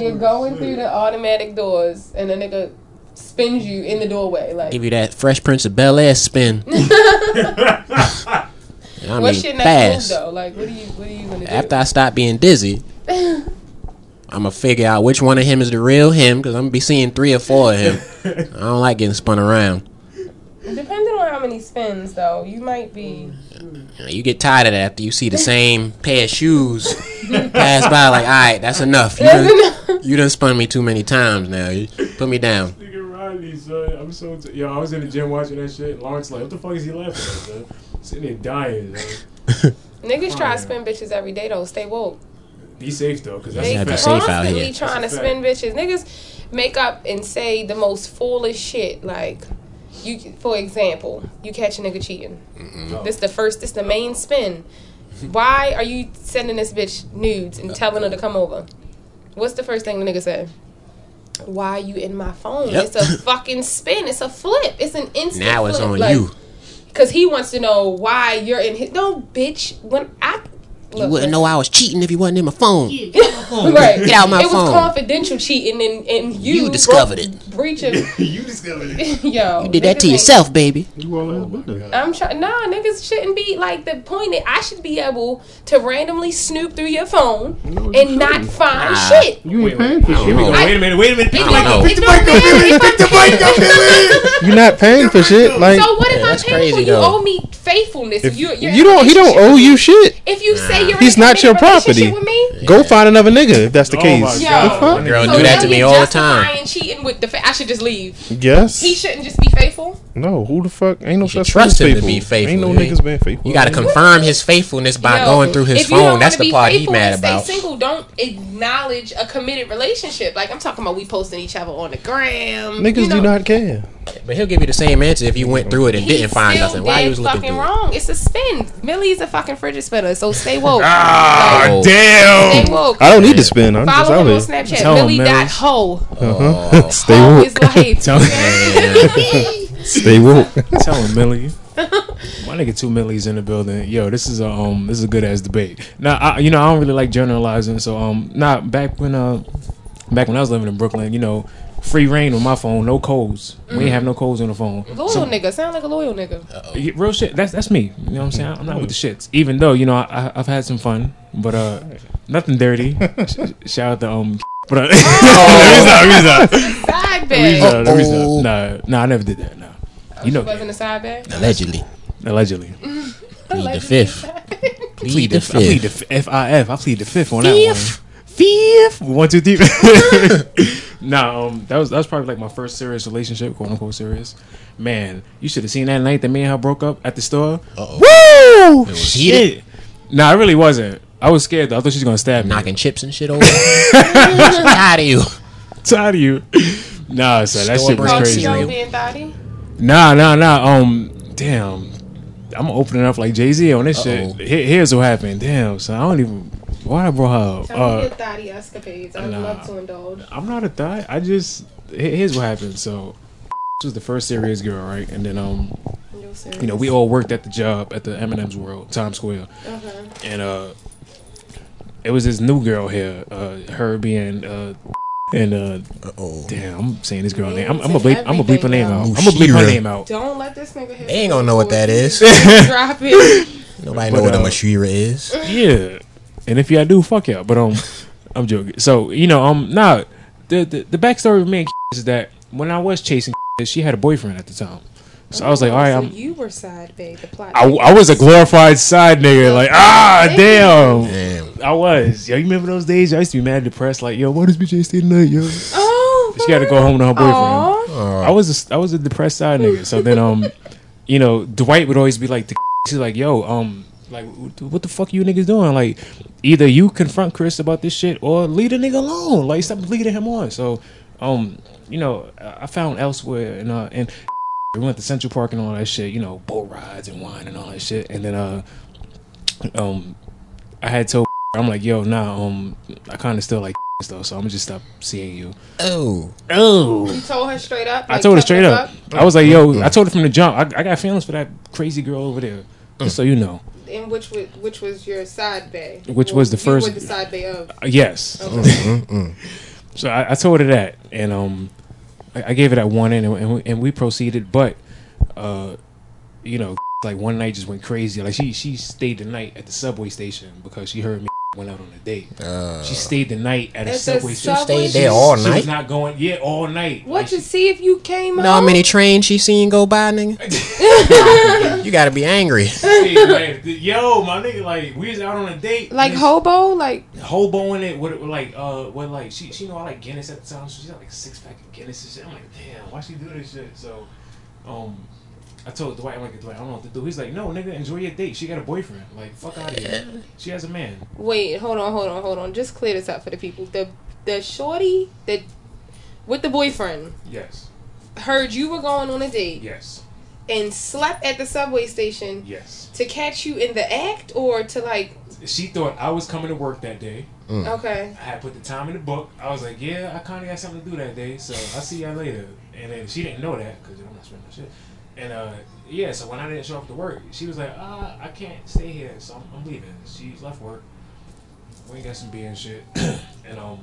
S2: You're going through the automatic doors, and a nigga spins you in the doorway. Like,
S3: Give you that Fresh Prince of Bel Air
S2: (laughs)
S3: spin. I mean,
S2: what's your next
S3: fast.
S2: move though? Like, what are you, what are you gonna do?
S3: After I stop
S2: (laughs)
S3: being dizzy, I'm gonna figure out which one of him is the real him because I'm gonna be seeing three or four of him. I don't like getting spun around.
S2: Depending on how many spins, though, you might be.
S3: You, know, you get tired of that after you see the same pair
S2: (laughs)
S3: of shoes pass by. Like, all right, that's enough. You done, you done spun me too many times now. You put me down.
S1: Nigga Rodney, son. I'm so t- yo. I was in the gym watching that shit. Lawrence like, what the fuck is he laughing at, son? Sitting there dying. Son.
S2: (laughs) Niggas try
S1: Oh, yeah.
S2: to spin bitches every day though. Stay woke.
S1: Be safe though, cause that's
S2: They
S1: a
S3: gotta be
S1: fact.
S3: safe out
S2: constantly
S3: here.
S2: trying to
S1: That's a
S2: spin bitches. Niggas make up and say the most foolish shit. Like, you, for example, you catch a nigga cheating. This the first. This the main spin. Why are you sending this bitch nudes and telling her to come over? What's the first thing the nigga said? Why you in my phone?
S3: Yep.
S2: It's
S3: (laughs)
S2: a fucking spin. It's a flip. It's an instant.
S3: Now it's
S2: flip.
S3: on
S2: Like,
S3: you.
S2: Cause he wants to know why you're in his. No, bitch. When I
S3: You wouldn't know I was cheating if you wasn't in my phone.
S2: Right.
S3: Get out my
S2: it
S3: phone.
S2: was confidential cheating, and and you,
S3: You discovered
S2: broke-
S3: it.
S2: Breaching.
S5: (laughs) you discovered it.
S2: (laughs) Yo,
S3: Did that
S2: niggas
S3: to
S2: ain't-
S3: yourself, baby.
S5: You all about that.
S2: I'm trying. Nah, niggas shouldn't be like the point. Is, I should be able to randomly snoop through your phone
S5: No, you
S2: and not
S5: shouldn't.
S2: find
S3: Nah.
S2: shit.
S5: You ain't paying for
S1: Here we go.
S5: shit.
S2: I-
S1: wait a minute. Wait a minute. Pick
S3: I don't know.
S2: It don't matter.
S5: Pick the bike up, Billy.
S4: You're not paying for shit. Like
S2: So what
S3: Yeah,
S2: if I'm
S3: that's
S2: paying for
S3: crazy,
S2: you?
S3: though.
S2: Owe me faithfulness.
S4: if
S2: you
S4: you,
S2: you're
S4: don't, he don't owe you shit.
S2: If you say you're
S4: He's
S2: in a
S4: not your
S2: committed relationship
S4: property.
S2: With me,
S4: Go find another nigga if that's the
S1: Oh my
S4: case.
S1: God.
S4: The fuck?
S3: Girl,
S2: so
S3: do that
S2: now
S3: to me
S2: you're
S3: all the time.
S2: justifying cheating with the fa- I should just leave.
S4: Yes.
S2: He shouldn't just be faithful.
S4: no. Who the fuck? Ain't no
S3: should
S4: such thing
S3: trust
S4: as
S3: him to be faithful,
S4: Ain't no
S3: dude.
S4: niggas being faithful.
S3: You got to confirm his faithfulness by
S2: Yo,
S3: going through his
S2: if you don't
S3: phone. That's
S2: wanna
S3: the
S2: be
S3: part he's
S2: faithful
S3: mad
S2: and stay
S3: about.
S2: Single, don't acknowledge a committed relationship. Like I'm talking about, we posting each other on the gram.
S4: Niggas
S2: you
S4: do
S2: know.
S4: not care.
S3: But he'll give you the same answer if you went through it and
S2: He
S3: didn't find
S2: still
S3: nothing. Why
S2: did
S3: you was looking
S2: fucking
S3: through it?
S2: wrong? It's a spin. Millie's a fucking fridge spinner, so stay woke.
S3: Oh.
S4: damn.
S2: stay woke.
S4: I don't need to spin. I'm just
S2: Follow
S4: out
S2: him on
S4: here.
S2: Snapchat.
S1: Tell him,
S2: Millie
S1: Millie.
S2: dot ho.
S4: Uh-huh. Stay
S2: Ho is
S4: woke. (laughs)
S2: life.
S1: Tell him.
S2: (laughs)
S4: Stay woke.
S1: Tell him, Millie. My nigga, two Millies in the building. Yo, this is a um, this is a good ass debate. Now, I, you know, I don't really like generalizing, so um, not back when uh, back when I was living in Brooklyn, you know, free reign on my phone, no codes. We ain't have no codes on the phone.
S2: Loyal nigga. Sound like a loyal nigga.
S1: Yeah, Real shit. That's that's me. You know what I'm saying? I'm not with the shits. Even though you know I, I, I've had some fun, but uh, nothing dirty. Sh- Shout out to um. (laughs) But uh, no, he's not. He's not.
S2: Side bag.
S4: uh,
S1: No, no, he's (laughs)
S3: Uh-oh.
S1: not. Oh. Nah, nah, I never did that. No, you know,
S2: She wasn't a side bag.
S3: Allegedly.
S1: allegedly.
S3: Plead the fifth. Plead the
S1: I plead the
S3: fifth.
S1: f- F-I-F. I plead the fifth on that one. Fifth. One, two, three. (laughs) nah, um, that was that was probably like my first serious relationship, quote unquote serious. Man, you should have seen that night that me and her broke up at the store. Woo!
S3: heated.
S1: Shit. Nah, I really wasn't. I was scared though. I thought she was gonna stab me.
S3: Knocking chips
S1: (laughs)
S3: and shit over. Tired of you.
S1: Tired of you. (laughs) Nah, son, that
S3: Store
S1: shit was
S2: Oh,
S3: brand
S1: crazy.
S2: she
S3: cereal.
S2: don't be in thotty.
S1: Nah, nah, nah. Um, damn. I'm opening up like Jay Z on this
S3: Uh-oh.
S1: shit. Here- here's what happened. Damn, son. I don't even. Why I brought her up?
S2: Tell me
S1: Uh,
S2: your thotty escapades. I would
S1: nah.
S2: love to indulge.
S1: I'm not a thought. I just here- here's what happened. So she was the first serious girl, right? And then um,
S2: You're serious.
S1: you know, we all worked at the job at the M&M's World, Times Square,
S2: Uh-huh.
S1: and uh, it was this new girl here, uh, her being uh, and uh,
S3: Oh.
S1: damn, I'm saying this girl name. I'm, I'm
S2: Names
S1: a bleep.
S2: and
S1: I'm a bleep her
S2: everything
S1: name
S2: now.
S1: out. I'm a bleep her
S3: Mushira.
S1: name out.
S2: Don't let this nigga hit
S3: They ain't gonna know what that is.
S2: Drop it.
S3: Nobody know what a
S1: uh,
S3: Mashira is.
S1: Yeah, and if y'all do, fuck y'all. But um, I'm joking. So you know, um, nah, the the, the backstory of me and (laughs) is that when I was chasing, (laughs) she had a boyfriend at the time. So I was like, all right,
S2: so
S1: I'm
S2: you were side bag. The plot.
S1: I, I was a glorified side nigga. Like, ah, damn.
S3: Damn.
S1: I was. Yo, you remember those days? I used to be mad depressed. Like, yo, why does BJ stay tonight, yo? She
S2: oh,
S1: got to go home to her boyfriend.
S2: Aw.
S1: I was a, I was a depressed side nigga. So then, um, (laughs) you know, Dwight would always be like, to (laughs) she's like, yo, um, like, what the fuck you niggas doing? Like, either you confront Chris about this shit or leave the nigga alone. Like, stop leading him on. So, um, you know, I I found elsewhere and uh and (laughs) we went to Central Park and all that shit. You know, boat rides and wine and all that shit. And then uh, um, I had told. (laughs) I'm like, yo, nah, um, I kind of still like (laughs) though, so I'm gonna just stop seeing you.
S3: Oh.
S1: Oh,
S2: You told her straight up.
S1: I
S2: like,
S1: told her
S2: kept
S1: straight
S2: it
S1: up. I was like,
S3: Mm-hmm.
S1: yo, I told her from the jump. I, I got feelings for that crazy girl over there.
S3: Mm.
S1: Just so you know.
S2: And which was which was your side bag?
S1: Which
S2: Well,
S1: was the
S2: you
S1: first-
S2: were the side bag of.
S1: Uh, Yes.
S3: Mm-hmm,
S1: so I, I told her that, and um, I, I gave her that one, and and we, and we proceeded. But, uh, you know, (laughs) like one night just went crazy. Like she she stayed the night at the subway station because she heard me (laughs) went out on a date. she stayed the night at,
S2: At
S1: a
S2: the
S1: subway station.
S2: subway
S3: Uh. Stayed there all
S1: She was
S3: night.
S1: not going. Yeah, all night.
S2: What
S1: Like,
S2: to see if you came
S3: Know how
S2: up?
S3: many trains she seen go by,
S1: (laughs)
S3: nigga? you gotta be angry.
S1: she- like, yo, my nigga, like we was out on a date.
S2: Like
S1: and-
S2: hobo? Like
S1: hoboing it with, with like uh with like she she know I like Guinness at the time, so she got like a six pack of Guinness and shit. I'm like, damn, why she do this shit? So um I told Dwight, I'm like, Dwight, I don't know what to do. He's like, no, nigga, enjoy your date. She got a boyfriend. Like, fuck out of here. She has a man.
S2: wait, hold on, hold on, hold on. Just clear this up for the people. The the shorty that with the boyfriend
S1: Yes.
S2: heard you were going on a date
S1: Yes.
S2: and slept at the subway station
S1: Yes.
S2: to catch you in the act or to like
S1: She thought I was coming to work that day.
S2: okay.
S1: I had put the time in the book. I was like, yeah, I kind of got something to do that day, so I'll see y'all later. And then she didn't know that because I'm not spending no shit. And uh, yeah, so when I didn't show up to work, she was like, uh, I can't stay here, so I'm, I'm leaving. She left work. We got some beer and shit. (coughs) and um,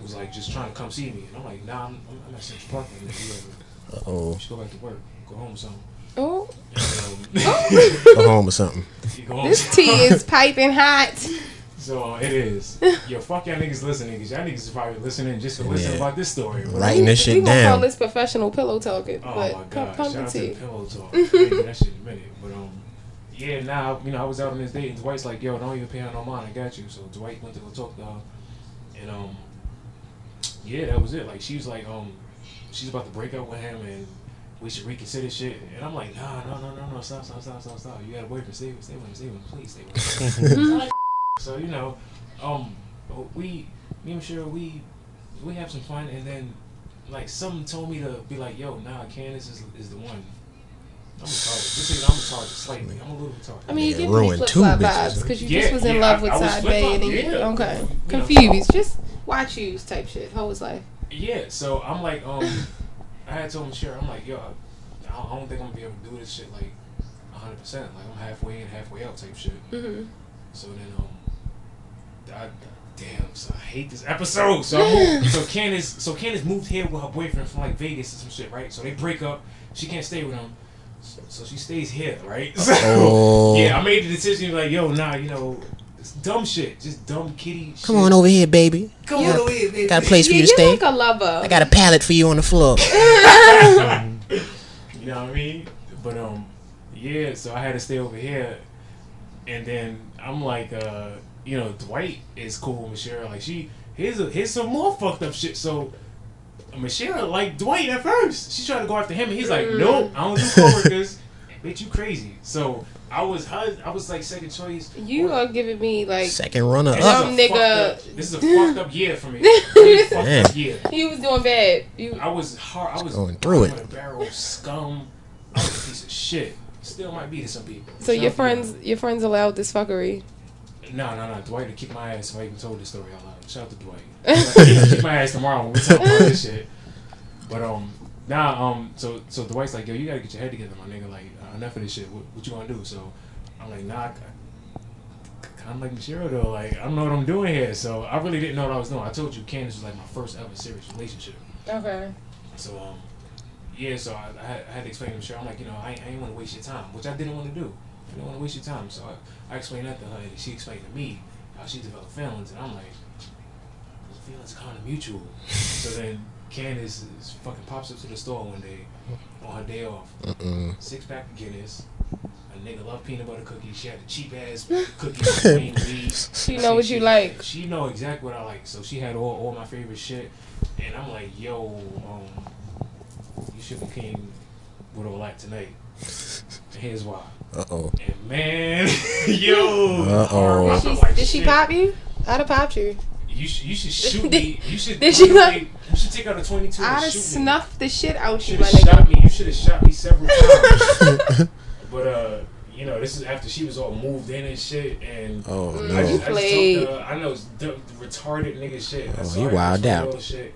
S1: was like, just trying to come see me. And I'm like, nah, I'm, I'm at Central Park. And
S3: Oh,
S1: she go back to work, go home or something.
S2: Oh,
S1: And, um, (laughs)
S2: (laughs) oh.
S3: go home or something.
S1: you go
S3: Oh.
S1: home.
S2: this tea
S3: (laughs)
S2: is piping hot.
S1: So it
S2: (laughs)
S1: is. Yo, fuck y'all niggas listening, cause y'all niggas is probably listening just to listen
S3: Yeah.
S1: about this story. bro.
S3: Writing this
S2: we
S3: shit
S2: gonna call
S3: down.
S2: this professional pillow talking,
S1: Oh
S2: but
S1: my
S2: pump,
S1: god!
S2: pump
S1: Shout out
S2: the
S1: to the
S2: tea.
S1: pillow
S2: (laughs)
S1: talk. I ain't did that shit in a minute, but um, yeah. Now you know I was out on this date, and Dwight's like, "Yo, don't even pay her no mind. I got you." So Dwight went to go talk to her, and um, yeah, that was it. Like she was like, um, she's about to break up with him, and we should reconsider shit. And I'm like, Nah, no, no, no, no, stop, stop, stop, stop, stop. You gotta wait for stay, with him, stay with him, stay with him, please, stay with him. (laughs) So you know, um, we, me and sure we, we have some fun, and then like something told me to be like, yo, nah, Candace is, is the one. I'm retarded. This is I'm retarded slightly. I'm a little retarded.
S2: I mean,
S3: Nigga
S2: you give me
S3: ruined
S2: flip
S3: two
S2: flop
S3: bitches.
S2: vibes because you
S1: Yeah,
S2: just was in
S1: yeah,
S2: love
S1: I-
S2: with
S1: I was
S2: Sade
S1: flip-flop,
S2: and then you
S1: yeah.
S2: okay
S1: You know.
S2: confused. Just watch you type shit. Whole his life.
S1: yeah. So I'm like, um, I had told him sure. I'm like, yo, I, I don't think I'm gonna be able to do this shit like 100. percent Like I'm halfway in, halfway out type shit.
S2: Mm-hmm.
S1: So then, um, I, damn, so I hate this episode. So I moved, so Candace, so Candace moved here with her boyfriend from like Vegas or some shit, right? So they break up. She can't stay with him, so, so she stays here, right? So,
S3: Oh.
S1: yeah, I made the decision like, yo, nah, you know, it's dumb shit, just dumb kitty. Shit.
S3: Come on oh, over here, baby.
S1: come on oh, over here, baby.
S3: Got a place for
S2: Yeah,
S3: you to
S2: you're
S3: stay.
S2: like a lover.
S3: I got a pallet for you on the floor.
S1: You know what I mean? But um, yeah. So I had to stay over here, and then I'm like, uh, you know, Dwight is cool with Michelle. Like she, here's a, here's some more fucked up shit. So. Michelle like Dwight at first. She tried to go after him, and he's like,
S2: Mm.
S1: "Nope, I don't do coworkers." (laughs) Bitch, you crazy. So I was, her- I was like second choice.
S2: you are giving me like
S3: Second runner
S1: This is a
S3: up.
S2: Dumb nigga.
S1: fucked up- This is a fucked up year
S2: (laughs)
S1: for me. Really fucked
S3: Damn.
S1: up year.
S2: you was doing bad. You
S1: I was hard. I was
S3: Going through it.
S1: I'm A barrel of scum. I was a piece of shit. Still might be to some people.
S2: so your friends your friends allowed this fuckery.
S1: No, no, no. Dwight to kick my ass. If I even told this story out loud. Shout out to
S2: (laughs)
S1: Dwight. Dwight, kick my ass tomorrow when we talk about this shit. But um, nah, um, so so Dwight's like, yo, you gotta get your head together, my nigga. Like, uh, enough of this shit. What, what you gonna do? So I'm like, nah. I, Kind of like Michelle though, like I don't know what I'm doing here, so I really didn't know what I was doing. I told you, Candace was like my first ever serious relationship.
S2: Okay.
S1: So um, yeah. So I, I, had, I had to explain to Michelle. I'm like, you know, I, I didn't want to waste your time, which I didn't want to do. I didn't want to waste your time. So I, I explained that to her, and she explained to me how she developed feelings, and I'm like, those feelings kind of mutual. so then Candace is, fucking pops up to the store one day on her day off,
S3: Mm-mm.
S1: six pack of Guinness. A nigga love peanut butter cookies. She had the cheap ass cookies. with green leaves.
S2: She know what you like.
S1: She know exactly what I like. So she had all, all my favorite shit, and I'm like, yo, um, you should have came with all that tonight. And here's why.
S3: Uh oh.
S1: And man, (laughs) yo,
S3: Uh-oh.
S1: I felt
S2: Did she,
S1: like
S2: did she
S1: shit.
S2: pop you? I'd have popped you.
S1: You should, you should shoot
S2: (laughs) Did-
S1: me. You should.
S2: did she
S1: you, should
S2: not-
S1: take- you should take out a 22 and
S2: I'd have
S1: shoot me.
S2: snuffed the shit out you,
S1: should
S2: my
S1: have shot
S2: nigga.
S1: me. You should have shot me several times. but uh, you know, this is after she was all moved in and shit, and
S3: Oh
S1: I
S3: no.
S1: just, I just
S2: Played.
S1: told her, I know it's d- retarded nigga shit.
S3: Oh,
S1: I saw
S3: you
S1: her,
S3: wild
S1: she was
S3: out.
S1: all Shit.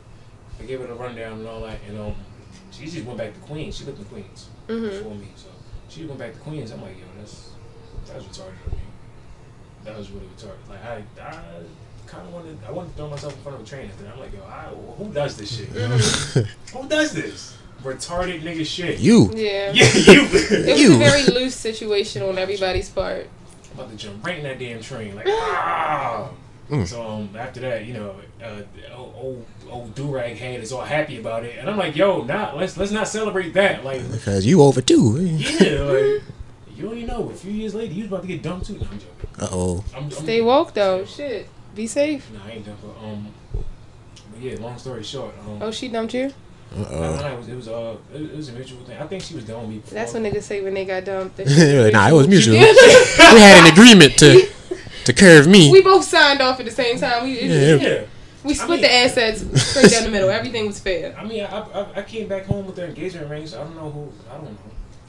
S1: I gave her the rundown and all that, and um, she just went back to Queens. She lived in Queens
S2: Mm-hmm.
S1: before me, so she went back to Queens. I'm like, yo, that's that was retarded of me. That was really retarded. Like I, I kind of wanted, I wanted to throw myself in front of a train after that. I'm like, yo, I, who does this
S3: (laughs)
S1: shit? who does this retarded nigga shit?
S3: You.
S1: (laughs) yeah,
S2: Yeah.
S3: (laughs)
S1: you.
S2: It was
S3: You.
S2: a very loose situation on everybody's part.
S1: I'm about to jump right in that damn train,
S2: (gasps)
S1: like ah. So um, after that, you know, uh, old old, old durag head is all happy about it, and I'm like, yo, nah, let's let's not celebrate that.
S2: (laughs)
S1: Like,
S3: Because you over too.
S1: yeah, like you don't even know. A few years later, you was about to get dumped too. No, I'm joking.
S3: Uh oh.
S1: I'm, I'm,
S2: Stay woke
S1: Oh,
S2: though. Shit. Be safe.
S1: Nah, I ain't dumped. But, um, but yeah, long story short, um,
S2: Oh, she dumped you?
S1: I
S3: Uh
S1: don't
S3: oh.
S1: know, it was it was uh it, it was a mutual thing. I think she was done with me. Before.
S2: That's when niggas say when they (laughs) got dumped. that
S3: (laughs)
S2: shit
S3: (laughs) nah, it
S1: (laughs)
S3: was mutual. we
S2: Yeah.
S3: had an agreement to to curve
S2: we
S3: me.
S2: both signed off at the same time. We,
S3: Yeah.
S1: Yeah,
S2: we
S1: I
S2: split
S1: mean-
S2: the assets straight down the middle. Everything was fair.
S1: I mean, I, I I came back home with their engagement ring, so I don't know who. I don't know.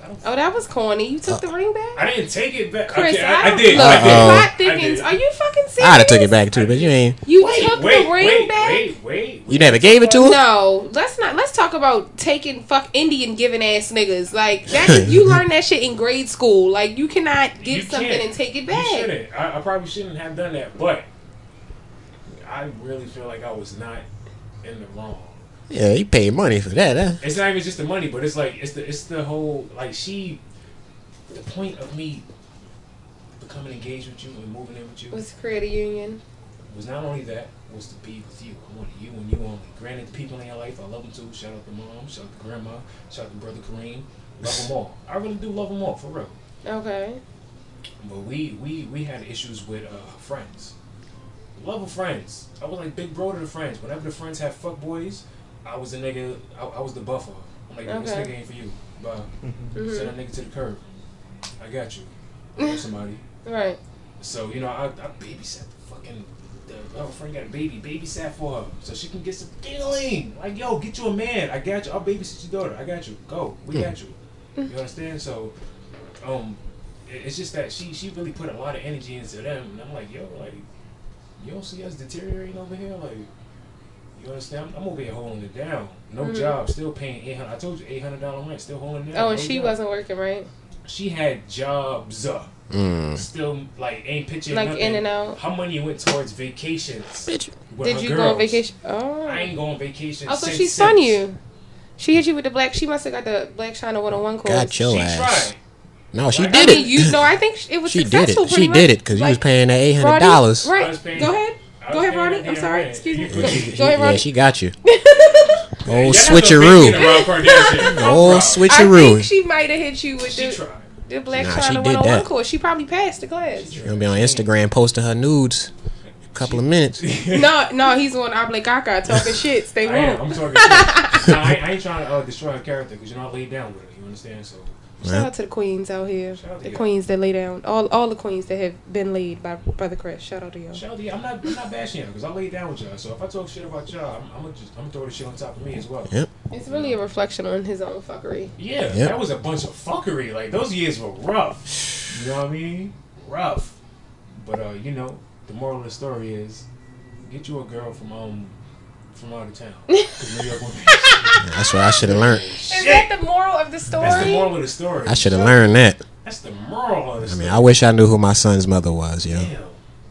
S1: I don't.
S2: Oh, that was corny. You took the ring back?
S1: I didn't take it back.
S2: Chris,
S1: okay,
S2: I,
S1: I, I
S2: don't
S1: did.
S2: look.
S1: I did.
S3: Uh-oh.
S2: Plot thickens.
S1: I
S2: Are
S1: did.
S2: you fucking serious?
S3: I'd have took it back too, but you ain't.
S2: You took the ring
S1: wait,
S2: back?
S1: Wait, wait, wait.
S3: You never gave it to her.
S2: No, let's not. Let's talk talk about taking fuck Indian giving ass niggas. Like
S3: (laughs)
S2: that, you learn that shit in grade school. Like you cannot
S1: You
S2: give something
S1: can't.
S2: and take it
S1: You
S2: back.
S1: shouldn't. I, I probably shouldn't have done that, but I really feel like I was not in the wrong.
S3: Yeah, you paid money for that. Huh?
S1: It's not even just the money, but it's like it's the it's the whole like she. The point of me becoming engaged with you and moving in with you
S2: Was create a union.
S1: was not only that was to be with you. I wanted you and you only. Granted, the people in your life, I love them too. Shout out to mom, shout out to grandma, shout out to brother Kareem. Love them all. I really do love them all for real.
S2: Okay.
S1: But we we we had issues with uh, friends. Love of friends. I was like big bro to the friends. Whenever the friends had fuck boys, I was the nigga. I, I was the buffer. I'm like, "Yo, this
S2: Okay.
S1: nigga ain't for you. Bye. Send that nigga to the curb. I got you. I know somebody.
S2: Right.
S1: So you know, I, I babysat the fucking. The other friend got a baby. Babysat for her so she can get some dealing. Like, yo, get you a man. I got you. I'll babysit your daughter. I got you. Go. We got you. You understand? So, um, it- it's just that she she really put a lot of energy into them, and I'm like, yo, like, you don't see us deteriorating over here, like. You understand? I'm, I'm over here holding it down. No job, still paying eight hundred. I told you eight hundred dollar rent, still holding it down.
S2: Mm-hmm. Oh, and
S1: no
S2: she
S1: job.
S2: wasn't working right.
S1: She had jobs. Uh,
S3: Mm.
S1: Still, like, ain't pitching
S2: Like
S1: nothing.
S2: in and out.
S1: How money went towards vacations? with
S2: Did
S1: her
S2: you go
S1: girls.
S2: on vacation?
S1: I
S2: Oh.
S1: ain't going vacation.
S2: Also,
S1: since-
S2: she spun
S1: since.
S2: you. She hit you with the black. She must have got the black China one on one course.
S3: Got your
S1: She
S3: ass.
S1: tried.
S3: No, she
S1: Like,
S3: did
S2: I
S3: it.
S2: mean, you know, I think sh- it was
S3: she did
S2: successful.
S3: it. She
S2: pretty
S3: did
S2: much.
S3: it because you
S2: Like,
S3: was paying that eight hundred
S2: Roddy-
S3: dollars.
S1: I was
S2: Right.
S1: paying-
S2: Go ahead.
S1: I
S2: Go
S1: was
S2: ahead,
S1: paying
S2: Ronnie.
S1: the
S2: I'm
S1: damn
S2: sorry.
S1: rent. (laughs)
S2: Excuse me.
S1: You- you-
S2: Go ahead,
S3: (laughs) Yeah,
S2: Ronnie.
S3: she
S2: (laughs)
S3: got you.
S1: Y'all
S3: Old
S1: not gonna beat
S3: switcheroo.
S1: around part of
S2: (laughs)
S1: that shit.
S3: Old
S2: I think
S3: switcheroo.
S2: she might have hit you with
S1: She
S2: the,
S1: tried.
S2: the black
S3: Nah, she
S2: China
S3: did
S2: one on one
S3: that.
S2: course. She probably passed the class.
S3: Gonna be on Instagram posting her nudes. A couple of minutes.
S2: (laughs) (laughs) no, no, he's on Oblate Kaka
S1: (laughs)
S2: talking shit. Stay
S1: I am.
S2: warm.
S1: I'm talking.
S2: (laughs)
S1: shit. no, I, ain't- I ain't trying to uh, destroy her character because you know I laid down with her. You understand? So
S2: Shout out to the queens out here.
S1: Shout out to
S2: The
S1: y'all.
S2: queens that lay down. All all the queens that have been laid by Brother Chris. Shout out to y'all.
S1: shout out to y'all. I'm not. I'm not bashing y'all because I laid down with y'all. So if I talk shit about y'all, I'm, I'm gonna just I'm gonna throw the shit on top of me as well.
S3: Yep.
S2: It's really a reflection on his own fuckery.
S1: Yeah,
S3: Yep.
S1: that was a bunch of fuckery. Like those years were rough. You know what I mean? Rough. But uh, you know, the moral of the story is, get you a girl from um from out of
S2: (laughs)
S1: town. 'Cause New York women-
S3: That's what I should have learned.
S2: Is that the moral of the story?
S1: That's the moral of the story.
S3: I should have learned that.
S1: That's the moral of the
S3: I
S1: story.
S3: mean, I wish I knew who my son's mother was. Yo,
S1: Damn.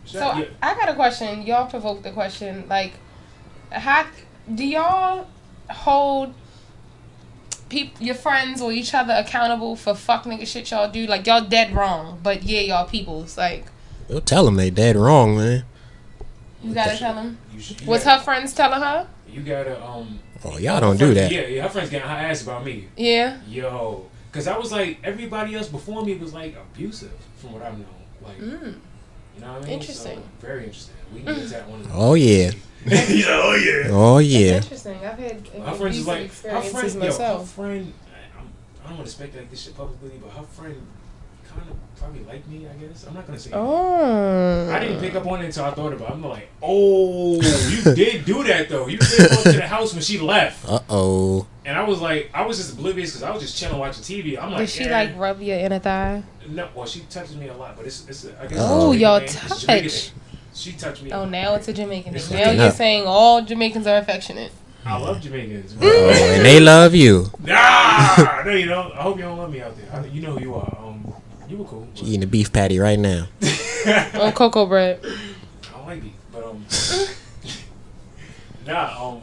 S2: So
S1: Shout- yeah.
S2: I got a question. Y'all provoked the question. Like, how do y'all hold peop- your friends or each other accountable for fuck nigga shit y'all do? Like y'all dead wrong, but yeah, y'all peoples. Like
S3: Don't tell them they dead wrong, man.
S2: you gotta tell them.
S1: You, sh- you
S2: Was her
S1: gotta,
S2: friends telling her?
S1: You gotta um.
S3: Oh, y'all don't do that.
S1: Yeah, yeah. Her friends getting her ass about me.
S2: Yeah.
S1: Yo, because I was like everybody else before me was like abusive, from what I've known. Like,
S2: Mm. Hmm.
S1: you know what I mean?
S2: Interesting. Mm.
S1: So, very interesting. We can get that one.
S3: Oh yeah.
S1: (laughs) He's like, oh yeah.
S3: Oh yeah.
S2: Interesting. I've had
S1: Her friends is like her friend. Yo, her friend. I, I'm- I don't want to speculate this shit publicly, but her friend kind of probably liked me. I guess I'm not gonna say.
S2: Oh.
S1: I didn't pick up on it until I thought about. it. I'm like, oh, you did do that though. You did go up to the house when she left,
S3: Uh oh.
S1: and I was like, I was just oblivious because I was just chilling watching TV. I'm like,
S2: Did she
S1: eh.
S2: like rub your inner thigh?
S1: No, well, she touches me a lot, but it's it's. I guess
S2: Oh,
S1: it's a
S2: y'all
S1: Jamaican thing. It's a Jamaican
S2: touch.
S1: thing. She touched me.
S2: Oh, now it's a Jamaican thing. Now
S3: fucking
S2: you're
S3: up.
S2: saying all Jamaicans are affectionate.
S1: I love Jamaicans.
S3: Oh, (laughs) and they love you.
S1: nah, no, you know. I hope you don't love me out there. I, you know who you are. Um, you were cool.
S3: She eating a beef patty right now.
S2: On cocoa bread.
S1: I don't like beef, but um, (laughs) nah, um,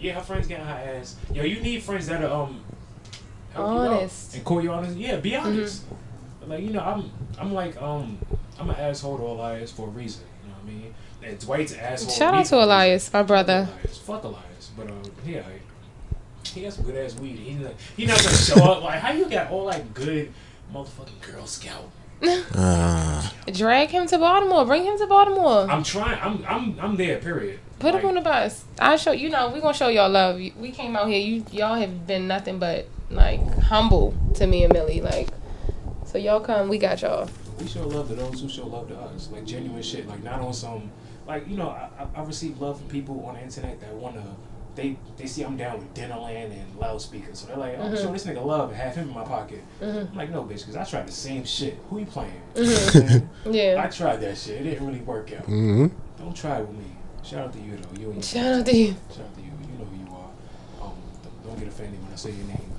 S1: yeah, her friends getting her ass. Yo, you need friends that are um, help you out
S2: Honest. Mm-hmm.
S1: and call you honest. Yeah, be honest. Like you know, I'm I'm like um, I'm an asshole to Elias for a reason. You know what I mean? And Dwight's an asshole.
S2: Shout
S1: me
S2: out
S1: for
S2: to
S1: a reason.
S2: Elias, my brother.
S1: Elias. Fuck Elias. But uh, yeah, like, he has some good ass weed. He's not, he not gonna show up. Like, how you got all like good motherfucking Girl Scout?
S3: Uh,
S2: Drag him to Baltimore. Bring him to Baltimore.
S1: I'm trying. I'm I'm I'm there. Period.
S2: Put
S1: Like,
S2: him on the bus. I show you know we gonna show y'all love. We came out here. You y'all have been nothing but like humble to me and Millie. Like so y'all come. We got y'all.
S1: We show love to those who show love to us. Like genuine shit. Like not on some. Like you know, I, I- I receive love from people on the internet that wanna. They they see I'm down with Dinnerland and loudspeaker, so they're like, "Oh,
S2: Mm-hmm.
S1: show this nigga love and have him in my pocket." I'm like, "No, bitch, because I tried the same shit. Who you playing? I
S2: Mm-hmm. (laughs) Yeah.
S1: tried that shit. It didn't really work out.
S3: hmm
S1: Don't try it with me. Shout out to you though. You and your
S2: Shout out to you.
S1: Shout out to you. You know who you are. Um, the, Don't get offended when I say your name.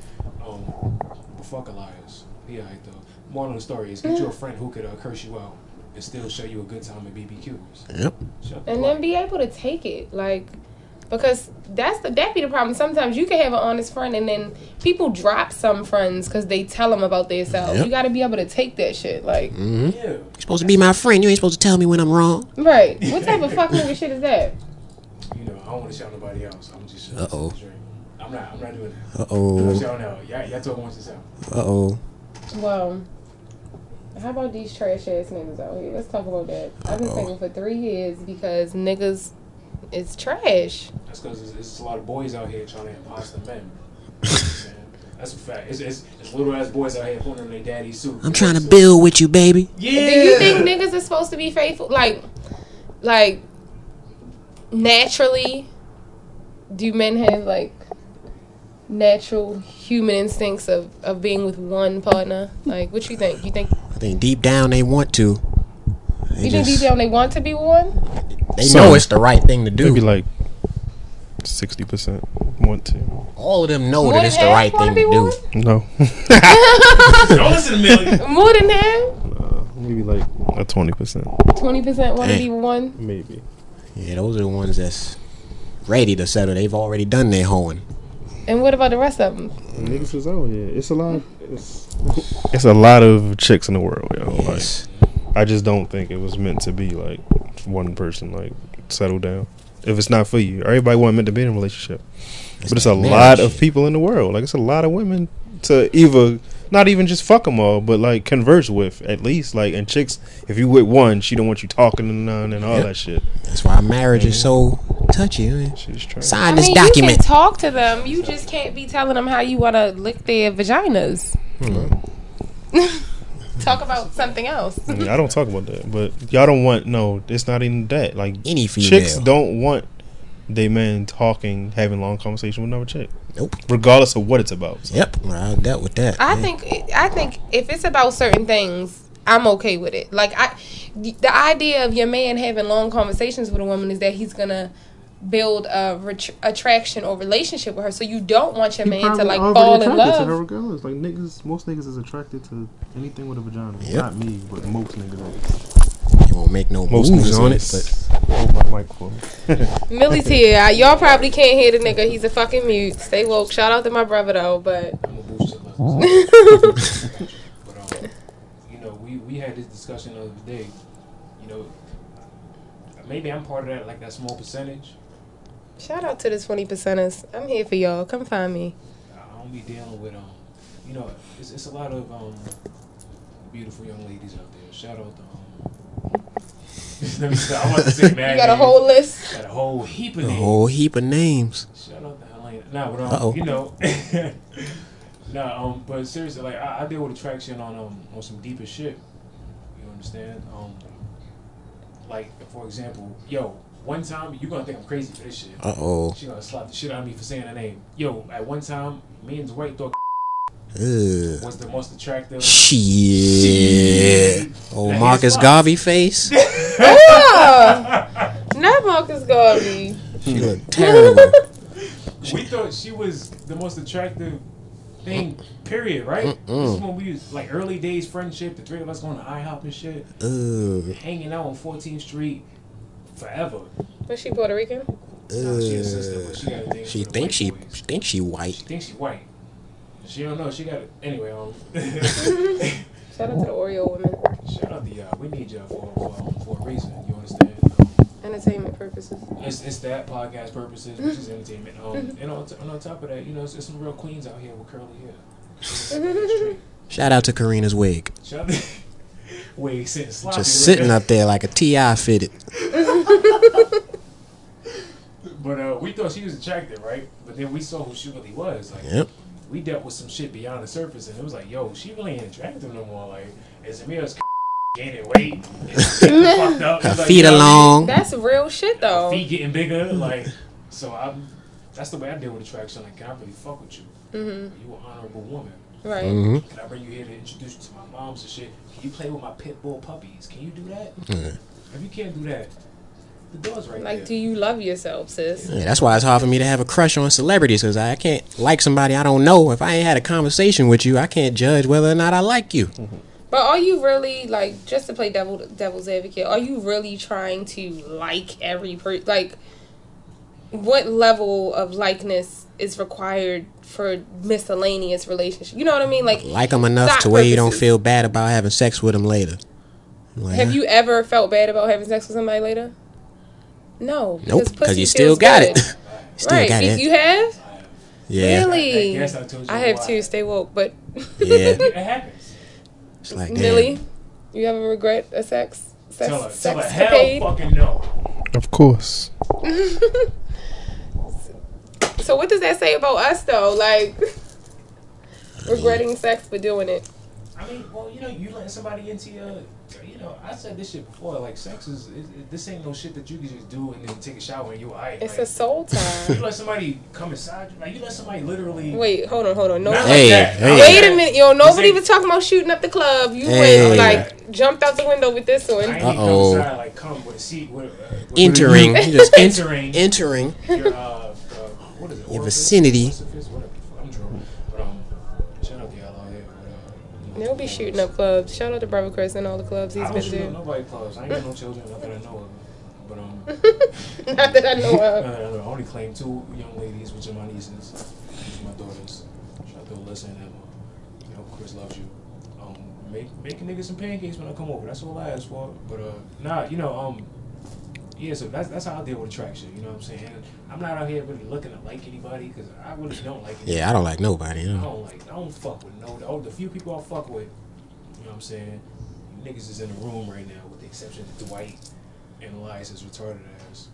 S1: Um, but fuck Elias. He alright though. Moral of the story is get you a friend who could uh, curse you out and still show you a good time at BBQs.
S3: Yep.
S1: Shut the
S2: and
S1: fuck
S2: then be able to take it like because that's the that be the problem sometimes you can have an honest friend and then people drop some friends because they tell them about themselves
S3: Yep.
S2: you got to be able to take that shit like
S1: up. Yeah.
S3: You're supposed to be my friend. You ain't supposed to tell me when I'm wrong.
S2: right what type of fuck nigga shit is that
S1: You know, I don't want to shout nobody else. I'm just.
S3: Uh-oh.
S1: I'm not. I'm not doing that.
S3: Uh
S1: I'm
S3: oh.
S1: shouting out. Y'all, y'all talking amongst yourself.
S3: Uh oh.
S2: well how about these trash ass niggas out here let's talk about that i've
S3: Oh.
S2: been single for three years because niggas is trash
S1: That's because it's, it's a lot of boys out here trying to imposter men.
S3: (laughs)
S1: Man, That's a fact. It's, it's, it's little ass boys out here putting on their daddy's suit.
S3: I'm trying to build with you, baby.
S1: Yeah.
S2: Do you think niggas is supposed to be faithful? Like, like naturally, do men have like natural human instincts of of being with one partner? Like, what you think? You think
S3: I think deep down they want to. They,
S2: you think
S3: just,
S2: deep down they want to be one?
S3: they
S4: Some.
S3: know it's the right thing to do.
S4: Maybe like sixty percent want to.
S3: All of them know
S2: More
S3: that
S2: than
S3: it's the
S2: half
S3: right
S2: wanna
S3: thing
S2: be
S3: to do.
S2: one?
S5: (laughs)
S4: No,
S1: Don't listen to
S2: (laughs)
S1: me.
S2: More than
S3: (laughs)
S2: half,
S4: maybe like a twenty percent.
S2: twenty percent want to
S3: Dang.
S2: be one.
S4: Maybe.
S3: Yeah, those are the ones that's ready to settle. They've already done their hoeing.
S2: And what about the rest of them?
S5: Niggas is out here. It's a lot. It's
S4: It's a lot of chicks in the world, yo.
S3: Yes.
S4: Like, I just don't think it was meant to be like one person. Like, settle down. If it's not for you, everybody wasn't meant to be in a relationship. but it's a
S3: that marriage
S4: lot of
S3: shit.
S4: people in the world. Like, it's a lot of women to either not even just fuck them all, but like converse with at least. Like, and chicks, if you with one, she don't want you talking to none and all
S3: Yep.
S4: that shit.
S3: That's why marriage is so touchy. man.
S4: She's trying.
S3: Sign
S2: I
S3: this
S2: mean, you
S3: document.
S2: can talk to them. You just can't be telling them how you want to lick their vaginas. Hmm. (laughs) talk about something else.
S4: Yeah, I don't talk about that, but y'all don't want no. It's not even that. Like
S3: Any
S4: chicks
S3: female.
S4: don't want they men talking, having long conversation with another chick,
S3: Nope.
S4: regardless of what it's about. So,
S3: Yep. Well, I dealt with that.
S2: I
S3: man.
S2: think I think if it's about certain things, I'm okay with it. Like I, the idea of your man having long conversations with a woman is that he's gonna build a ret- attraction or relationship with her. So you don't want your man to like fall in
S5: attracted to her
S2: love.
S5: regardless. Like niggas, most niggas is attracted to anything with a vagina.
S3: Yep.
S5: Not me, but most niggas.
S3: It won't make no
S4: Most
S3: moves
S4: niggas
S3: on it,
S4: is-
S3: but
S4: Hold my microphone.
S2: Millie's here. I, y'all probably can't hear the nigga. He's a fucking mute. Stay woke. Shout out to my brother though. But (laughs)
S1: I'm a booster. lover.
S3: (laughs)
S1: But um, you know, we we had this discussion the other day. You know, maybe I'm part of that, like that small percentage.
S2: shout out to the twenty percenters. I'm here for y'all. Come find me.
S1: I don't be dealing with um, you know, it's, it's a lot of um, beautiful young ladies out there. Shout out to um. (laughs) Let me stop. I want to say mad
S2: You got a
S1: names.
S2: whole
S1: (laughs)
S2: list.
S1: got a whole heap of
S3: a
S1: names.
S3: whole heap of names.
S1: Shout out to Helena. Nah, but um,
S3: Uh-oh.
S1: you know, (laughs) nah, um, but seriously, like I, I deal with attraction on um on some deeper shit. You understand? Um, like for example, yo, one time you gonna think I'm crazy for this shit.
S3: Uh oh.
S1: She gonna slap the shit out of me for saying her name. Yo, at one time, me and Dwight thought (laughs)
S3: Ugh.
S1: was the most attractive.
S3: Shit. Old
S1: Now,
S3: Marcus
S1: he's-
S3: Garvey face.
S2: Ah, not Marcus Garvey.
S3: She
S2: (laughs)
S3: looked terrible.
S1: We thought she was the most attractive thing. Period. Right? This is when we was like early days friendship. The three of us going to IHOP and shit.
S3: Ugh.
S1: hanging out on 14th Street forever.
S3: Uh,
S2: Was she Puerto Rican?
S1: Nah, she a sister, but she got a thing
S3: She
S1: for the white
S3: thinks she,
S1: boys.
S3: she thinks she
S1: She
S3: white.
S1: thinks she white. She don't know. She got it. Anyway, um, (laughs)
S2: Shout out to the Oreo woman.
S1: shout out to y'all. We need y'all for for, um, for a reason. You understand?
S2: Entertainment purposes.
S1: It's, it's that podcast purposes, which is entertainment. Um,
S3: Mm-hmm.
S1: and on, t- and on top of that, you know, it's, it's some real queens out here with curly hair.
S3: Shout out to Karina's wig.
S1: Shout out to (laughs) Wait, sitting
S2: Oh,
S1: sloppy.
S3: Just sitting up there like a TI fitted.
S1: But uh, we thought she was attractive, right? But then we saw who she really was. Like,
S3: Yep.
S1: we dealt with some shit beyond the surface, and it was like, yo, she really ain't attractive no more. Like, is Amira's (laughs) gaining weight? (laughs) Is she fucked up?
S3: Her
S1: It's like,
S3: feet
S1: you know,
S3: are long.
S2: That's real shit though.
S1: Feet getting bigger. Like, so I'm. That's the way I deal with attraction. Like, can I really fuck with you?
S2: Mm-hmm.
S1: You an honorable woman.
S2: Right.
S1: Can I bring you here to introduce you to my moms and shit? Can you play with my pit bull puppies? Can you do that? If you can't do that, The door's right
S2: Like,
S1: there.
S2: do you love yourself, sis?
S3: Yeah, that's why it's hard for me to have a crush on celebrities because I can't like somebody I don't know. If I ain't had a conversation with you, I can't judge whether or not I like you.
S2: But are you really like just to play devil devil's advocate? Are you really trying to like every person? Like, what level of likeness is required for miscellaneous relationship? You know what I mean? Like,
S3: Like them enough
S2: Not
S3: to where you don't
S2: purposes.
S3: feel bad about having sex with them later. Like,
S2: have you ever felt bad about having sex with somebody later? No,
S3: Nope,
S2: pussy
S3: because you still
S2: feels
S3: got
S2: good.
S3: it. (laughs) still
S2: right?
S3: got
S2: you,
S3: it.
S2: you have
S3: yeah,
S2: really?
S6: Yes, I told you
S2: I have
S6: why.
S2: too. Stay woke, but
S3: yeah.
S2: (laughs)
S6: It happens.
S3: It's like damn.
S2: Millie, you ever regret a sex
S6: Tell
S2: sex
S6: her. Tell her.
S2: sex
S6: Hell fucking no.
S4: Of course.
S2: So what does that say about us though? Like (laughs) regretting sex for doing it.
S1: I mean, well, you know, you letting somebody into your, you know, I said this shit before. Like, sex is, it, it- this ain't no shit that you can just do and then take a shower and you're alright.
S2: It's
S1: like,
S2: a
S3: (laughs)
S2: soul time.
S1: You let somebody come inside you, like you let somebody literally.
S2: Wait, hold on, hold on. No,
S1: Not like
S3: Hey,
S1: that.
S3: hey.
S2: wait a minute, yo. Nobody
S1: Is it-
S2: was talking about shooting up the club. You
S3: Hey.
S2: went like jumped out the window with this
S1: I
S2: one.
S1: ain't even
S3: Uh-oh.
S1: come inside, like come with a seat with, uh, with
S3: Entering, you just enter,
S1: Entering.
S3: entering.
S1: your, uh, uh, what is it?
S3: Your
S1: orifice?
S3: vicinity.
S1: Orifice? Whatever the fuck, I'm drunk. But, um, shout out to y'all out here. but, uh,
S2: They'll be shooting up clubs. Shout out to Brother Chris and all the clubs he's
S1: I don't
S2: been
S1: shoot up
S2: to.
S1: nobody clubs. I ain't got no children, not that I know of. But um,
S2: (laughs) Not that I know of.
S1: Uh, I only claim two young ladies, which are my nieces, which are my daughters. Shout out to Alyssa and Emma. You know, Chris loves you. Um, make make a nigga some pancakes when I come over. That's all I ask for. But uh, nah, you know, um, yeah. So that's that's how I deal with attraction. You know what I'm saying? And I'm not out here really looking to like anybody because I really don't like. Anybody.
S3: Yeah, I don't like nobody. You
S1: I
S3: know?
S1: don't like. I don't fuck with no. The, oh, the few people I fuck with, you know what I'm saying? You niggas is in the room right now, with the exception of Dwight and Elias' retarded ass.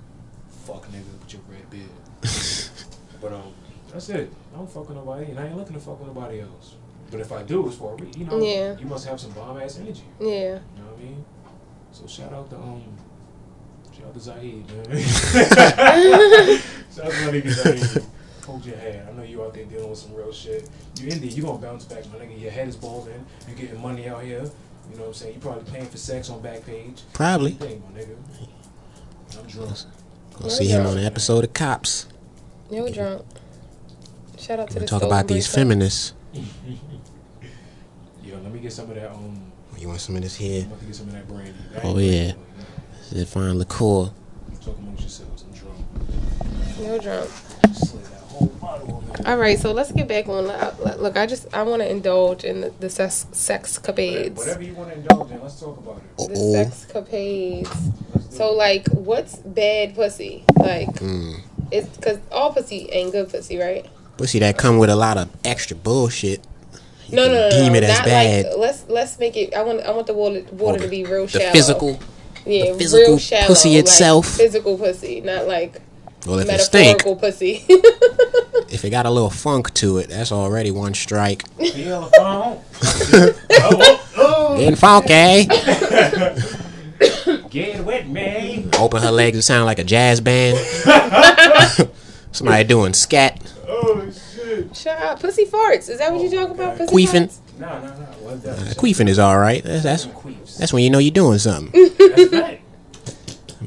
S1: Fuck nigga with your red beard.
S2: Oh.
S1: but um, that's it. I don't fuck with nobody, and I ain't looking to fuck with nobody else. But if I do, it's for a re- you know.
S2: Yeah.
S1: You must have some bomb ass energy.
S2: Yeah.
S1: You know what I mean? So shout out to um. Shout out to Zaid, man.
S3: (laughs)
S1: shout out to my nigga Zaid. Hold your head. I know you out there dealing with some real shit. You in there, you gonna bounce back, my nigga. Your head is balding. You getting money out here. You know what I'm saying? You probably paying for sex on Backpage.
S3: (laughs) Probably.
S1: Thing, my nigga. I'm drunk.
S3: Gonna see him on an episode of Cops.
S2: You're drunk. Shout out to
S3: Gonna
S2: the
S3: talk
S2: stolen
S3: about these
S2: bracelet.
S3: feminists.
S1: Yo, let me get some of that. Um,
S3: oh, You want some of this here?
S1: I'm about to get some of that brandy. That
S3: Oh,
S1: ain't
S3: yeah.
S1: brandy, but,
S3: This is fine liqueur.
S1: You know, talk amongst yourselves. I'm drunk.
S2: You're drunk.
S1: Slid that whole bottle on there.
S2: All right, so let's get back on. Look, look I just I want to indulge in the, the sex sex capades.
S1: Whatever you want to indulge in, let's talk about it.
S2: the
S3: Oh.
S2: sex capades. So like, what's bad pussy? Like,
S3: Hmm.
S2: it's because all pussy ain't good pussy, right?
S3: Pussy that come with a lot of extra bullshit.
S2: No, no, no,
S3: Deem
S2: no,
S3: it as
S2: not
S3: bad.
S2: like. Let's let's make it. I want I want the water water to be real
S3: the
S2: shallow.
S3: physical.
S2: yeah,
S3: physical
S2: real shallow,
S3: pussy
S2: like,
S3: itself.
S2: physical pussy, not like
S3: Well, if it stink,
S2: metaphorical pussy. (laughs)
S3: if it got a little funk to it, that's already one strike.
S1: (laughs) Feel the phone. oh,
S2: Mm.
S1: oh,
S3: Getting funky.
S1: oh, get with me.
S3: Open her legs and sound like a jazz
S2: (laughs)
S3: band. Somebody doing scat.
S1: Oh shit.
S2: Shut up, pussy farts. Is that what you talk
S3: Oh,
S2: about? Pussy
S3: Queefing.
S2: farts?
S1: Nah, nah, nah. What's that?
S3: Queefing is all right. That's that's,
S1: Queefs.
S3: that's when you know you're doing something.
S1: That's right.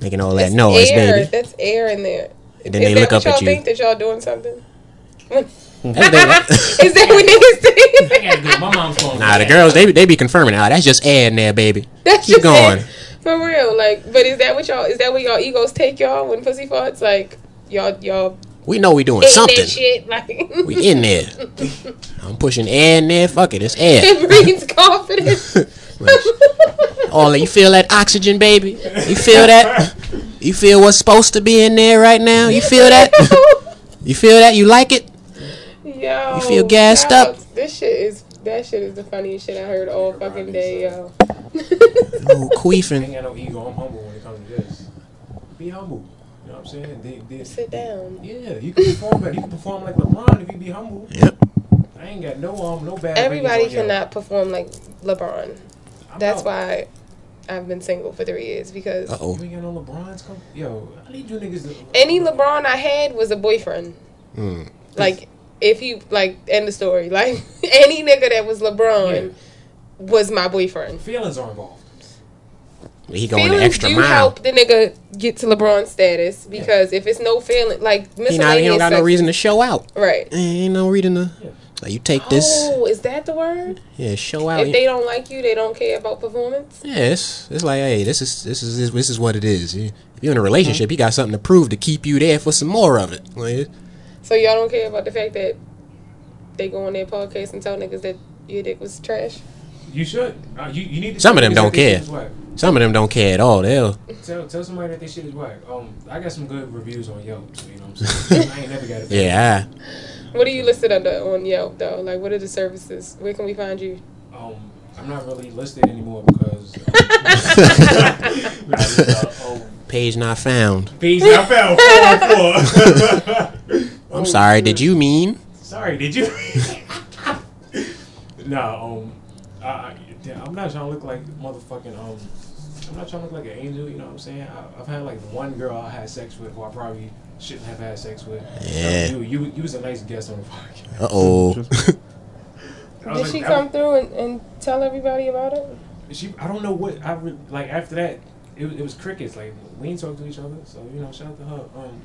S3: Making all that noise,
S2: Mm. air.
S3: baby.
S2: That's air in there.
S3: And then
S2: Is
S3: they
S2: that
S3: look
S2: what
S3: up
S2: y'all
S3: at you.
S2: think that y'all doing
S3: (laughs)
S2: something?
S3: That's the-
S2: (laughs) Is that what niggas think?
S1: I gotta get my mom's phone.
S3: (laughs) nah, the girls they they be confirming. Ah, that's just air in there, baby.
S2: (laughs) That's just
S3: Keep going.
S2: It. For real, like, but is that what y'all? Is that what y'all egos take y'all when pussy farts? Like, y'all, y'all
S3: We know we doing
S2: ate
S3: something.
S2: that shit. Like,
S3: We in there. I'm pushing air in there. Fuck it, it's air.
S2: (laughs) it breeds
S3: (laughs)
S2: confidence. (laughs)
S3: All you feel that oxygen, baby. You feel that? You feel what's supposed to be in there right now? You feel that?
S2: (laughs)
S3: You feel that? You like it?
S2: yo,
S3: You feel gassed
S2: shout
S3: up?
S2: outs. This shit is that shit is the funniest shit I heard all fucking day, yo.
S3: Oh, queefing.
S1: ain't got no ego. I'm humble when it comes to this. Be humble. You know what I'm saying? They,
S2: (laughs)
S1: they,
S2: Sit down.
S1: Yeah, you can perform better. You can perform like LeBron if you be humble.
S3: Yep.
S1: I ain't got no um, no bad.
S2: Everybody
S1: ratings on y'all.
S2: cannot perform like LeBron.
S1: I'm
S2: That's
S1: out.
S2: why I've been single for three years because
S3: Uh oh.
S1: We got no LeBron's come. Yo, I need you niggas. To,
S2: any LeBron I had was a boyfriend.
S3: Hmm.
S2: Like if he like end the story. (laughs) Like any nigga that was LeBron
S1: Yeah.
S2: was my boyfriend.
S1: feelings are involved.
S3: He going the
S2: Feelings
S3: extra
S2: do
S3: mile.
S2: help the nigga get to LeBron status because if it's no feeling, like
S3: He, not, he
S2: miscellaneous,
S3: don't got no
S2: sex-
S3: reason to show out.
S2: right?
S3: Ain't no reason to. So you take this, Oh,
S2: Oh, is that the word?
S3: yeah, show out.
S2: If they don't like you, they don't care about performance.
S3: Yeah, it's, it's like, hey, this is this is this is what it is. You- If you're in a relationship, you got something to prove to keep you there for some more of it. Like,
S2: So y'all don't care about the fact that they go on their podcast and tell niggas that your dick was trash.
S1: You should. Uh, you, you need to
S3: Some of them
S1: tell
S3: don't
S1: niggas
S3: care.
S1: that they shit is whack.
S3: some of them don't care at all. They'll
S1: Tell, tell somebody that they shit is whack. Um, I got some good reviews on Yelp. So you know what I'm
S3: (laughs)
S1: saying? I ain't never got a bad
S3: yeah. I,
S2: What do you listed under on Yelp though? Like, what are the services? Where can we find you?
S1: Um, I'm not really listed anymore because. Um, (laughs) I just, uh, oh,
S3: (laughs) Page not found.
S1: peace, I fell four (laughs) and four.
S3: I'm sorry. Did you mean?
S1: Sorry, did you? (laughs) nah, um, I, I, damn, I'm not trying to look like motherfucking um. I'm not trying to look like an angel, you know what I'm saying? I, I've had like one girl I had sex with who I probably shouldn't have had sex with.
S3: Yeah.
S1: You, you, you was a nice guest on the (laughs) podcast.
S3: Uh (laughs) oh.
S1: I
S2: Did
S1: was
S2: she
S1: like,
S2: come through and, and tell everybody about it?
S1: she I don't know what I re- like after that it, was- it was crickets like we ain't talk to each other so you know shout out to her um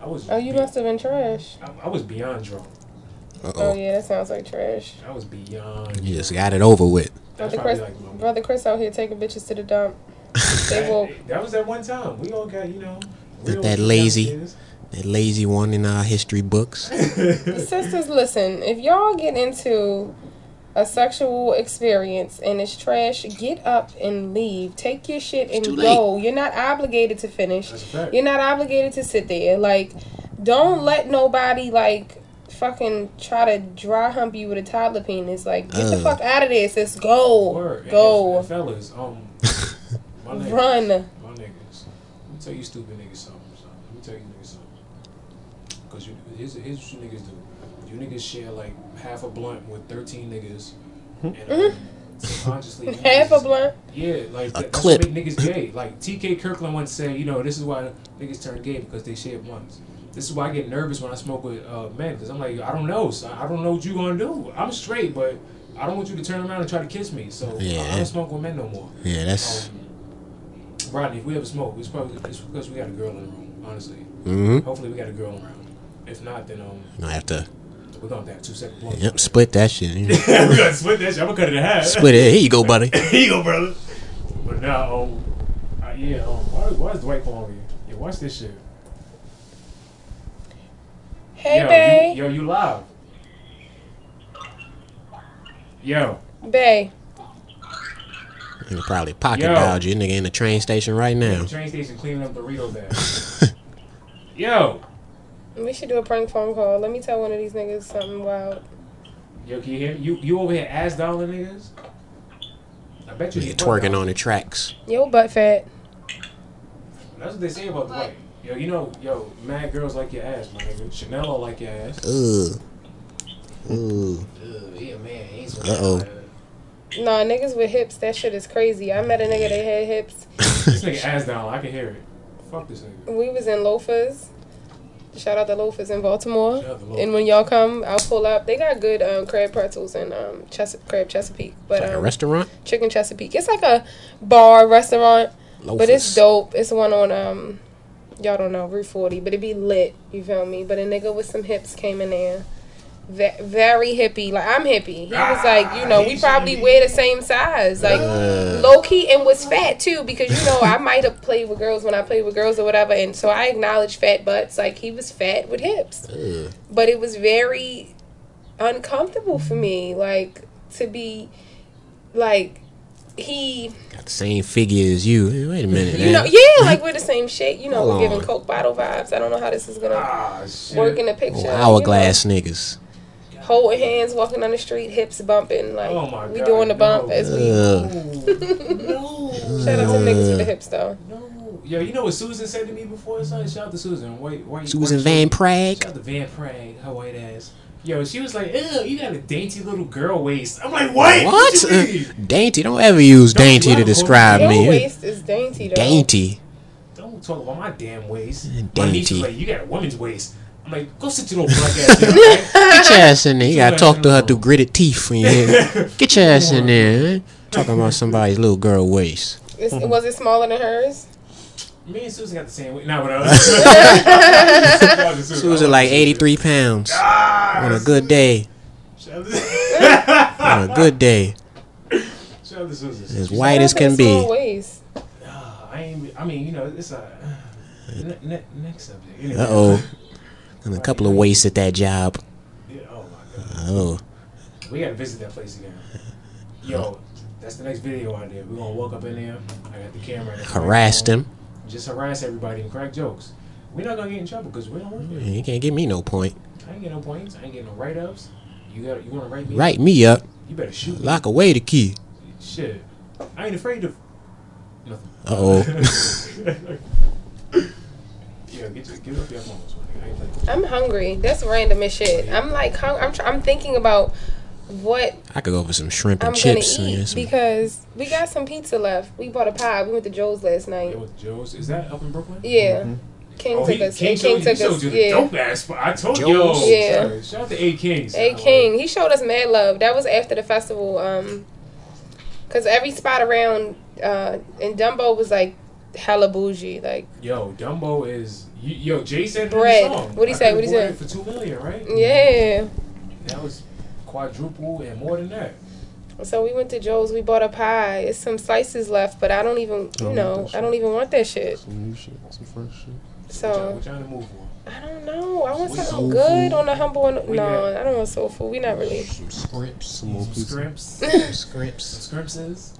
S1: I was
S2: Oh, you
S1: be-
S2: must have been trash.
S1: I, I was beyond drunk
S3: Uh
S2: Oh
S3: oh.
S2: yeah, that sounds like trash.
S1: I was beyond
S3: You just got it over with. (laughs)
S1: that's
S2: Brother
S1: probably
S2: Chris,
S1: like my-
S2: brother Chris out here taking bitches to the dump. They
S1: that,
S2: will.
S1: that was that one time we all got you know
S3: That-
S1: we all
S3: that
S1: got
S3: lazy.
S2: (laughs)
S1: kids.
S3: That lazy one in our history books.
S2: Sisters, listen. If y'all get into a sexual experience and it's trash, get up and leave. Take your shit and
S3: too
S2: go. You're not obligated to finish.
S1: That's a fact.
S2: You're not obligated to sit there. Like, don't let nobody like fucking try to dry hump you with a toddler penis. Like, get the
S3: Ugh.
S2: fuck out of there, sis. Go,
S1: Word. And- and
S2: go,
S1: fellas
S3: (laughs)
S1: um my niggas,
S2: run.
S1: my niggas let me tell you stupid niggas something son. let me tell you niggas something cause you here's, here's what you niggas do you niggas share like half a blunt with 13 niggas and um, subconsciously you
S2: Hmm? (laughs) Half a
S1: niggas-
S2: blunt.
S1: Yeah, like that,
S3: clip.
S1: That's what make niggas gay. Like T.K. Kirkland once said, you know, this is why niggas turn gay because they share blunts. This is why I get nervous when I smoke with uh, men because I'm like, I don't know, son. I don't know what you gonna do. I'm straight, but I don't want you to turn around and try to kiss me. So I, I
S3: Yeah.
S1: don't smoke with men no more.
S3: Yeah, that's.
S1: Um, Rodney, if we ever smoke, it's probably it's because we got a girl in the room. Honestly,
S3: hmm
S1: hopefully we got a girl around. If not, then um,
S3: I have to.
S1: we're gonna have to have two separate blunts. (laughs)
S3: Yep. Split that shit. you know. (laughs)
S1: we gotta split that. shit. I'm gonna cut it in half.
S3: Split it. Here you go, buddy.
S1: (laughs) Here you go, brother. But now, um, uh, yeah, um, why, why is Dwight calling me? Yeah, watch this shit.
S2: Hey,
S1: yo,
S2: bae.
S1: You, yo, you live. Yo,
S2: Bay.
S3: And he probably pocket
S1: Yo.
S3: dialed you, nigga, in the train station right now.
S1: train station cleaning up burrito bags. yo,
S2: We should do a prank phone call. Let me tell one of these niggas something wild.
S1: yo, can you hear me? You, you over here ass dollar niggas? I bet you
S3: (laughs) Nigga
S1: he
S3: twerking
S1: butt
S3: on the tracks.
S2: Yo, butt fat.
S1: dollar. That's what they say about Dwight. Yo, you know, yo, mad girls like your ass, my nigga. Chanel like your ass.
S3: Ugh. Ooh.
S1: Ugh, he a man. He ain't so
S3: Uh-oh.
S2: Nah, niggas with hips, that shit is crazy. I met a nigga that had hips.
S1: This nigga ass dollar. I can hear it. Fuck this nigga.
S2: We was in Loafers. Shout out to Loafers in Baltimore.
S1: Shout out to Loafers.
S2: And when y'all come, I'll pull up. They got good um, crab pretzels and um, Chesa- crab Chesapeake, but
S3: (laughs) Like a
S2: um,
S3: restaurant?
S2: chicken Chesapeake. It's like a bar restaurant, but it's
S3: Loafers.
S2: dope. It's one on um, y'all don't know Route 40, but it be lit. You feel me? But a nigga with some hips came in there. Ve- very hippie, like I'm hippie. He
S1: Ah,
S2: was like, you know, we probably wear the same size, like low key, and was fat too because you
S3: (laughs)
S2: know I might have played with girls when I played with girls or whatever, and so I acknowledge fat butts. Like he was fat with hips,
S3: Ugh.
S2: but it was very uncomfortable for me, like to be like he,
S3: Got the same figure as you. Hey, wait a minute.
S2: you know,
S3: man. (laughs)
S2: yeah, like we're the same shit. You know,
S3: Hold
S2: we're giving
S3: on.
S2: coke bottle vibes. I don't know how this is gonna
S1: Ah, shit.
S2: work
S3: (laughs)
S2: in the picture.
S3: Oh,
S2: you know.
S3: hourglass niggas.
S2: holding hands, walking on the street, hips bumping, like
S1: Oh my
S2: we
S1: God,
S2: doing the bump
S1: no.
S2: as we.
S3: Ugh.
S2: Shout out to niggas with the hips though.
S1: No. (laughs) Yo, you know what Susan said to me before, son? Shout out to Susan. White, white,
S3: Susan
S1: white
S3: Van
S1: chick.
S3: Prague.
S1: Shout out to Van Prague, her white ass. Yo, she was like, ew, you got a dainty little girl waist. I'm like, what?
S3: What?
S1: you
S3: (laughs)
S1: mean?
S3: dainty. Don't ever use
S1: Don't
S3: dainty to
S1: love-
S3: describe
S2: Your
S3: me.
S2: waist is dainty though.
S3: Dainty.
S1: Don't talk about my damn waist. My
S3: Dainty.
S1: niece was like, you got a woman's waist. I'm like, go sit your little black ass
S3: (laughs)
S1: down. right?
S3: Get your ass in there. You gotta
S1: Susan
S3: talk to her
S1: Van (laughs)
S3: through gritted teeth when you hear me. Get your ass in there. eh? Talking about somebody's little girl waist.
S2: Is, Was it smaller than hers?
S1: Me and Susan got the same weight. Not (laughs) what I was.
S3: She was at like 83 pounds on a good day.
S1: Shout out to-
S3: On a good day,
S1: (laughs) shout out to Susan.
S3: as white as can
S2: Small
S3: be.
S2: waist.
S1: Ah, I ain't. I mean, you know, it's a uh, ne- ne- next subject. Anyway.
S3: Uh oh, and a couple of wastes at that job.
S1: (laughs) Yeah, oh my god,
S3: Oh,
S1: we gotta visit that place again. Yo, that's the next video out there. We're gonna walk up in there. I got the camera. and the
S3: harassed
S1: microphone.
S3: him.
S1: Just harass everybody and crack jokes. We're not gonna get in trouble because we don't work there.
S3: He can't give me no point.
S1: I ain't getting no points. I ain't getting no write ups. You got. to You wanna write me?
S3: Write me up,
S1: You better shoot. me.
S3: lock away the key.
S1: Shit. I ain't afraid of nothing.
S3: Uh oh,
S1: (laughs) Yeah, get your, give up your phones. man. I ain't playing.
S2: I'm hungry. That's random as shit. I'm like, hung- I'm, tr- I'm thinking about what
S3: I could go for some shrimp and
S2: I'm
S3: chips.
S2: gonna
S3: and
S2: eat
S3: get some-
S2: because we got some pizza left. We bought a pie. We went to Joe's last night.
S1: Yo, with Joe's, is that up in Brooklyn?
S2: Yeah,
S3: Mm-hmm.
S2: King
S1: Oh,
S2: took
S1: he,
S2: us.
S1: King,
S2: King,
S1: showed, he
S2: took
S1: showed
S2: us.
S1: you the
S2: Yeah,
S1: dope ass spot. I told
S3: Joe's.
S1: you.
S2: Yeah.
S1: Sorry. Shout out to A Kings.
S2: A King. He showed us mad love. That was after the festival. Um, cause every spot around uh in Dumbo was like hella bougie. Like
S1: Yo, Dumbo is. You, yo, Jay said
S2: Bread.
S1: That in the song.
S2: What'd he
S1: I
S2: say?
S1: could've
S2: What'd he
S1: bought
S2: say?
S1: it For two million, right?
S2: yeah.
S1: That was quadruple and more than that.
S2: So we went to Joe's. We bought a pie. It's some slices left, but I don't even you
S4: Oh,
S2: know
S4: that's
S2: I don't even want that shit.
S4: Some new shit, some fresh shit.
S1: We're
S2: So
S1: trying to move for.
S2: I don't know. I want
S1: We
S2: something
S1: soul
S2: good on the humble. And,
S1: We
S2: no,
S1: got-
S2: I don't want soul food. We not really.
S3: Some scripts,
S4: More
S1: Some
S4: pizza.
S3: (laughs)
S1: scrimps.
S3: some scripts.
S1: Some scrimpses.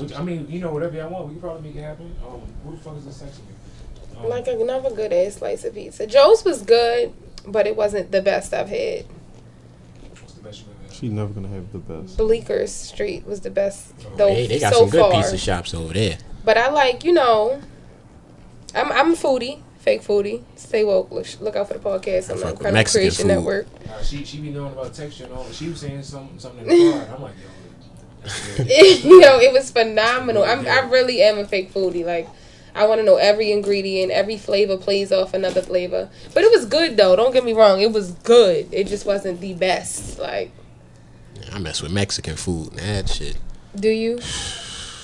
S1: Which, I mean, you know, whatever y'all want, we can probably make it happen. Um, who the fuck is this section? Um,
S2: Like another good ass slice of pizza. Joe's was good, but it wasn't the best I've had.
S1: what's the best you ever had?
S4: She never gonna have the best.
S2: Bleecker Street was the best though
S3: Oh, Hey, they got
S2: so
S3: some good
S2: far.
S3: pizza shops over there.
S2: But I like you know, I'm I'm a foodie, fake foodie. Stay woke. Look, look out for the podcast
S3: I
S2: on
S3: fuck
S2: the
S3: with
S2: Content
S3: Mexican
S2: Creation
S3: food.
S2: Network.
S1: Nah, she she be knowing about texture and all. She was saying something something in the car. I'm like, yo.
S2: (laughs) you know, it was phenomenal. I'm, I really am a fake foodie. Like, I want to know every ingredient, every flavor plays off another flavor. But it was good though. Don't get me wrong, it was good. It just wasn't the best. Like,
S3: I mess with Mexican food and that shit.
S2: do you?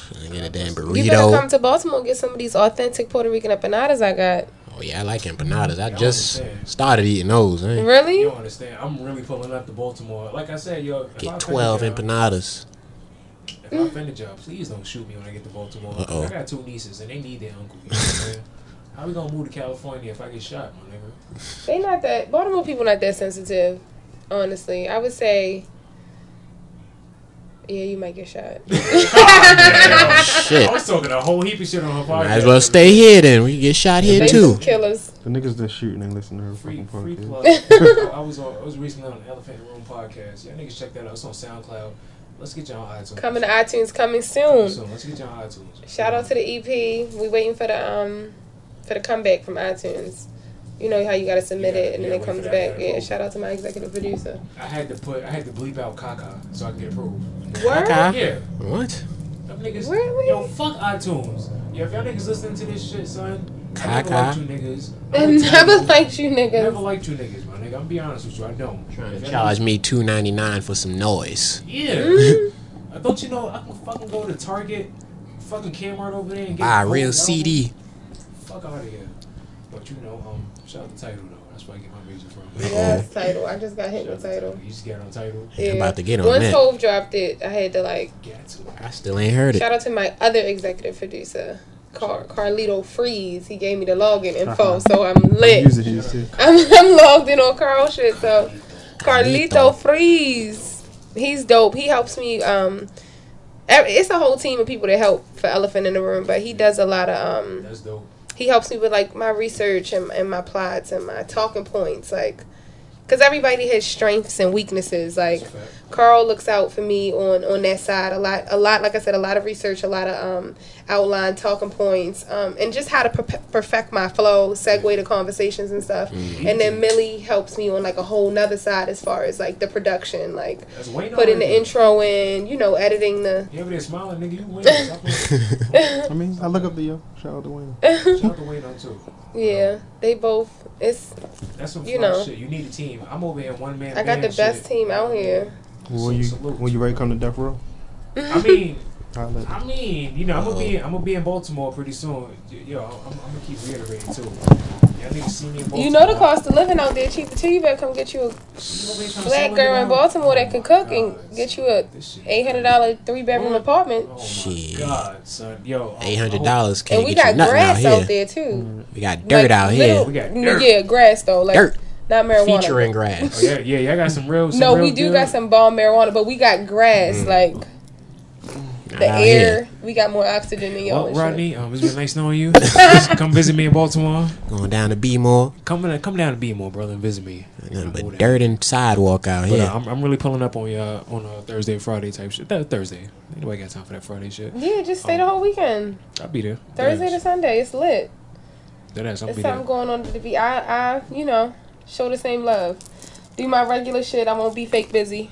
S3: I get a damn
S2: You better come
S3: burrito.
S2: to Baltimore and get some of these authentic Puerto Rican empanadas I got.
S3: Oh yeah, I like empanadas. I
S1: Y'all
S3: just
S1: understand.
S3: started eating those. I ain't
S1: You
S2: Really?
S1: don't understand. I'm really pulling up to Baltimore. Like I said, yo. if I
S3: Get
S1: offend
S3: twelve
S1: y'all-
S2: (laughs)
S3: empanadas.
S1: If I offended y'all, please don't shoot me when I get to Baltimore.
S3: Uh-oh.
S1: I got two nieces and they need their uncle. You know what
S3: (laughs)
S1: I'm saying? How we gonna move to California if I get shot, my nigga?
S2: They not that Baltimore people not that sensitive. Honestly, I would say. Yeah, you might get shot.
S3: Oh shit.
S1: I was talking a whole heap of shit on her podcast.
S3: Might as well stay here then. We can get shot here
S2: They
S3: too.
S2: just kill us.
S4: The niggas that shoot and they listen to her
S1: Free,
S4: fucking
S1: free
S4: podcast.
S1: plug.
S2: (laughs)
S1: I was on, I was recently on the Elephant Room podcast. Y'all niggas check that out. It's on SoundCloud. Let's get y'all on iTunes.
S2: Coming to iTunes, coming soon.
S1: soon. Let's get y'all on iTunes.
S2: Shout out to the EP. We waiting for the um for the comeback from iTunes. You know how you gotta submit
S1: Yeah,
S2: it and then
S1: yeah,
S2: it
S1: wait
S2: comes
S1: for that,
S2: back.
S1: yeah,
S2: Yeah.
S1: cool.
S2: Shout out to my executive
S3: (laughs)
S2: producer.
S1: I had to put I had to bleep out Kaka so I can get approved.
S2: Word.
S1: Yeah.
S3: What?
S1: Them niggas,
S2: Really?
S1: Yo, fuck iTunes. Yo, if y'all niggas listening to this shit, son, I never
S3: Caca.
S1: liked you niggas.
S2: (laughs) I
S1: I'm gonna tell
S2: (laughs) never
S1: you,
S2: liked you
S1: never
S2: niggas.
S1: liked you niggas, my nigga. I'm be honest with you, I don't.
S3: Trying
S1: If
S3: to
S1: y'all
S3: charge me two ninety nine for some noise.
S1: niggas- Yeah.
S2: Mm. (laughs)
S1: Uh, Don't you know I can fucking go to Target, fucking Kmart over there and get
S3: Buy a
S1: the
S3: real
S2: Oh,
S1: whole
S3: CD.
S1: album? Fuck out of here. But you know, um, shout out to Title though. That's where I get my music from.
S2: Yes, title. I just got hit
S1: Shout out
S2: with
S1: to Tidal.
S2: title.
S1: You just got on Title.
S2: Yeah.
S3: about to get on
S2: Once
S3: that.
S2: Hove dropped it, I had to like
S1: Got to.
S3: I still ain't heard it.
S2: shout out to my other executive producer, Car- Carlito Freeze. He gave me the login info,
S4: Uh-huh.
S2: so I'm
S4: Use
S2: lit.
S4: it, use it.
S2: I'm, I'm logged in on Carl shit. So Carlito Freeze. He's dope. He helps me. Um, ev- it's a whole team of people that help for Elephant in the Room, but he does a lot of. Um,
S1: That's dope.
S2: he helps me with like my research and, and my plots and my talking points, like, because everybody has strengths and weaknesses. Like,
S1: That's a fact.
S2: Carl looks out for me on on that side a lot. A lot, like I said, a lot of research, a lot of um, outline, talking points, um, and just how to per- perfect my flow, segue to conversations and stuff. And then Millie helps me on like a whole nother side as far as like the production, like
S1: That's Wayne
S2: putting the
S1: already.
S2: intro in, you know, editing the. (laughs)
S1: You over there smiling, nigga? You win. Stop playing.
S4: I mean, I look up to you. Shout out to Wayne.
S1: Shout out to Wayne though too.
S2: Yeah, they both. It's
S1: That's some
S2: You
S1: you
S2: know.
S1: shit. You need a team. I'm over here one man.
S2: I got the best team out here.
S4: When you
S1: Salute.
S4: when you ready to come to death row?
S2: (laughs)
S1: I mean,
S4: Holla at
S1: I mean, you know, I'm gonna be
S3: Uh-huh.
S1: I'm gonna be in Baltimore pretty soon. Y- Yo, I'm, I'm gonna keep reiterating too. Y'all need to see me in Baltimore.
S2: You know the cost of living out there cheap too. You better come get you a black girl in Baltimore that can cook and get you a
S1: This shit.
S2: eight hundred dollar three bedroom apartment.
S1: Oh
S3: Shit.
S1: my god, son. Yo,
S3: (laughs) Eight hundred dollars
S2: And
S3: can't
S2: we
S3: get
S2: got
S3: you nothing out
S2: grass
S3: here.
S2: out there too.
S3: We got dirt
S2: Like,
S3: out here,
S2: little-
S1: We got
S2: n-
S1: dirt.
S2: Yeah, grass though. Like
S3: Dirt.
S2: not marijuana.
S3: featuring
S1: Oh,
S2: (laughs)
S3: grass.
S1: yeah, yeah, y'all got some real. Some
S2: No,
S1: real
S2: we do
S1: good-
S2: got some bomb marijuana, but we got grass.
S3: Mm.
S2: Like
S3: Not
S2: the air,
S3: out here.
S2: we got more oxygen than y'all.
S1: Well,
S2: and shit.
S1: Rodney, um, it's been nice knowing you. Just come visit me in Baltimore.
S3: going down to Bmore.
S1: Come in, come down to Beemore, brother, and visit me.
S3: Nothing
S1: I know
S3: but
S1: that.
S3: dirt and sidewalk out
S1: But
S3: here.
S1: uh, I'm, I'm really pulling up on y'all on uh, Thursday, and Friday type shit. Th- Thursday. Anybody got time for that Friday shit?
S2: Yeah, just stay
S1: Oh.
S2: the whole weekend.
S1: I'll be there.
S2: Thursday to Sunday, it's lit.
S1: That ass, I'll
S2: There's
S1: be there.
S2: something going on to be. I, I, you know, show the same love. Do my regular shit. I won't be fake busy.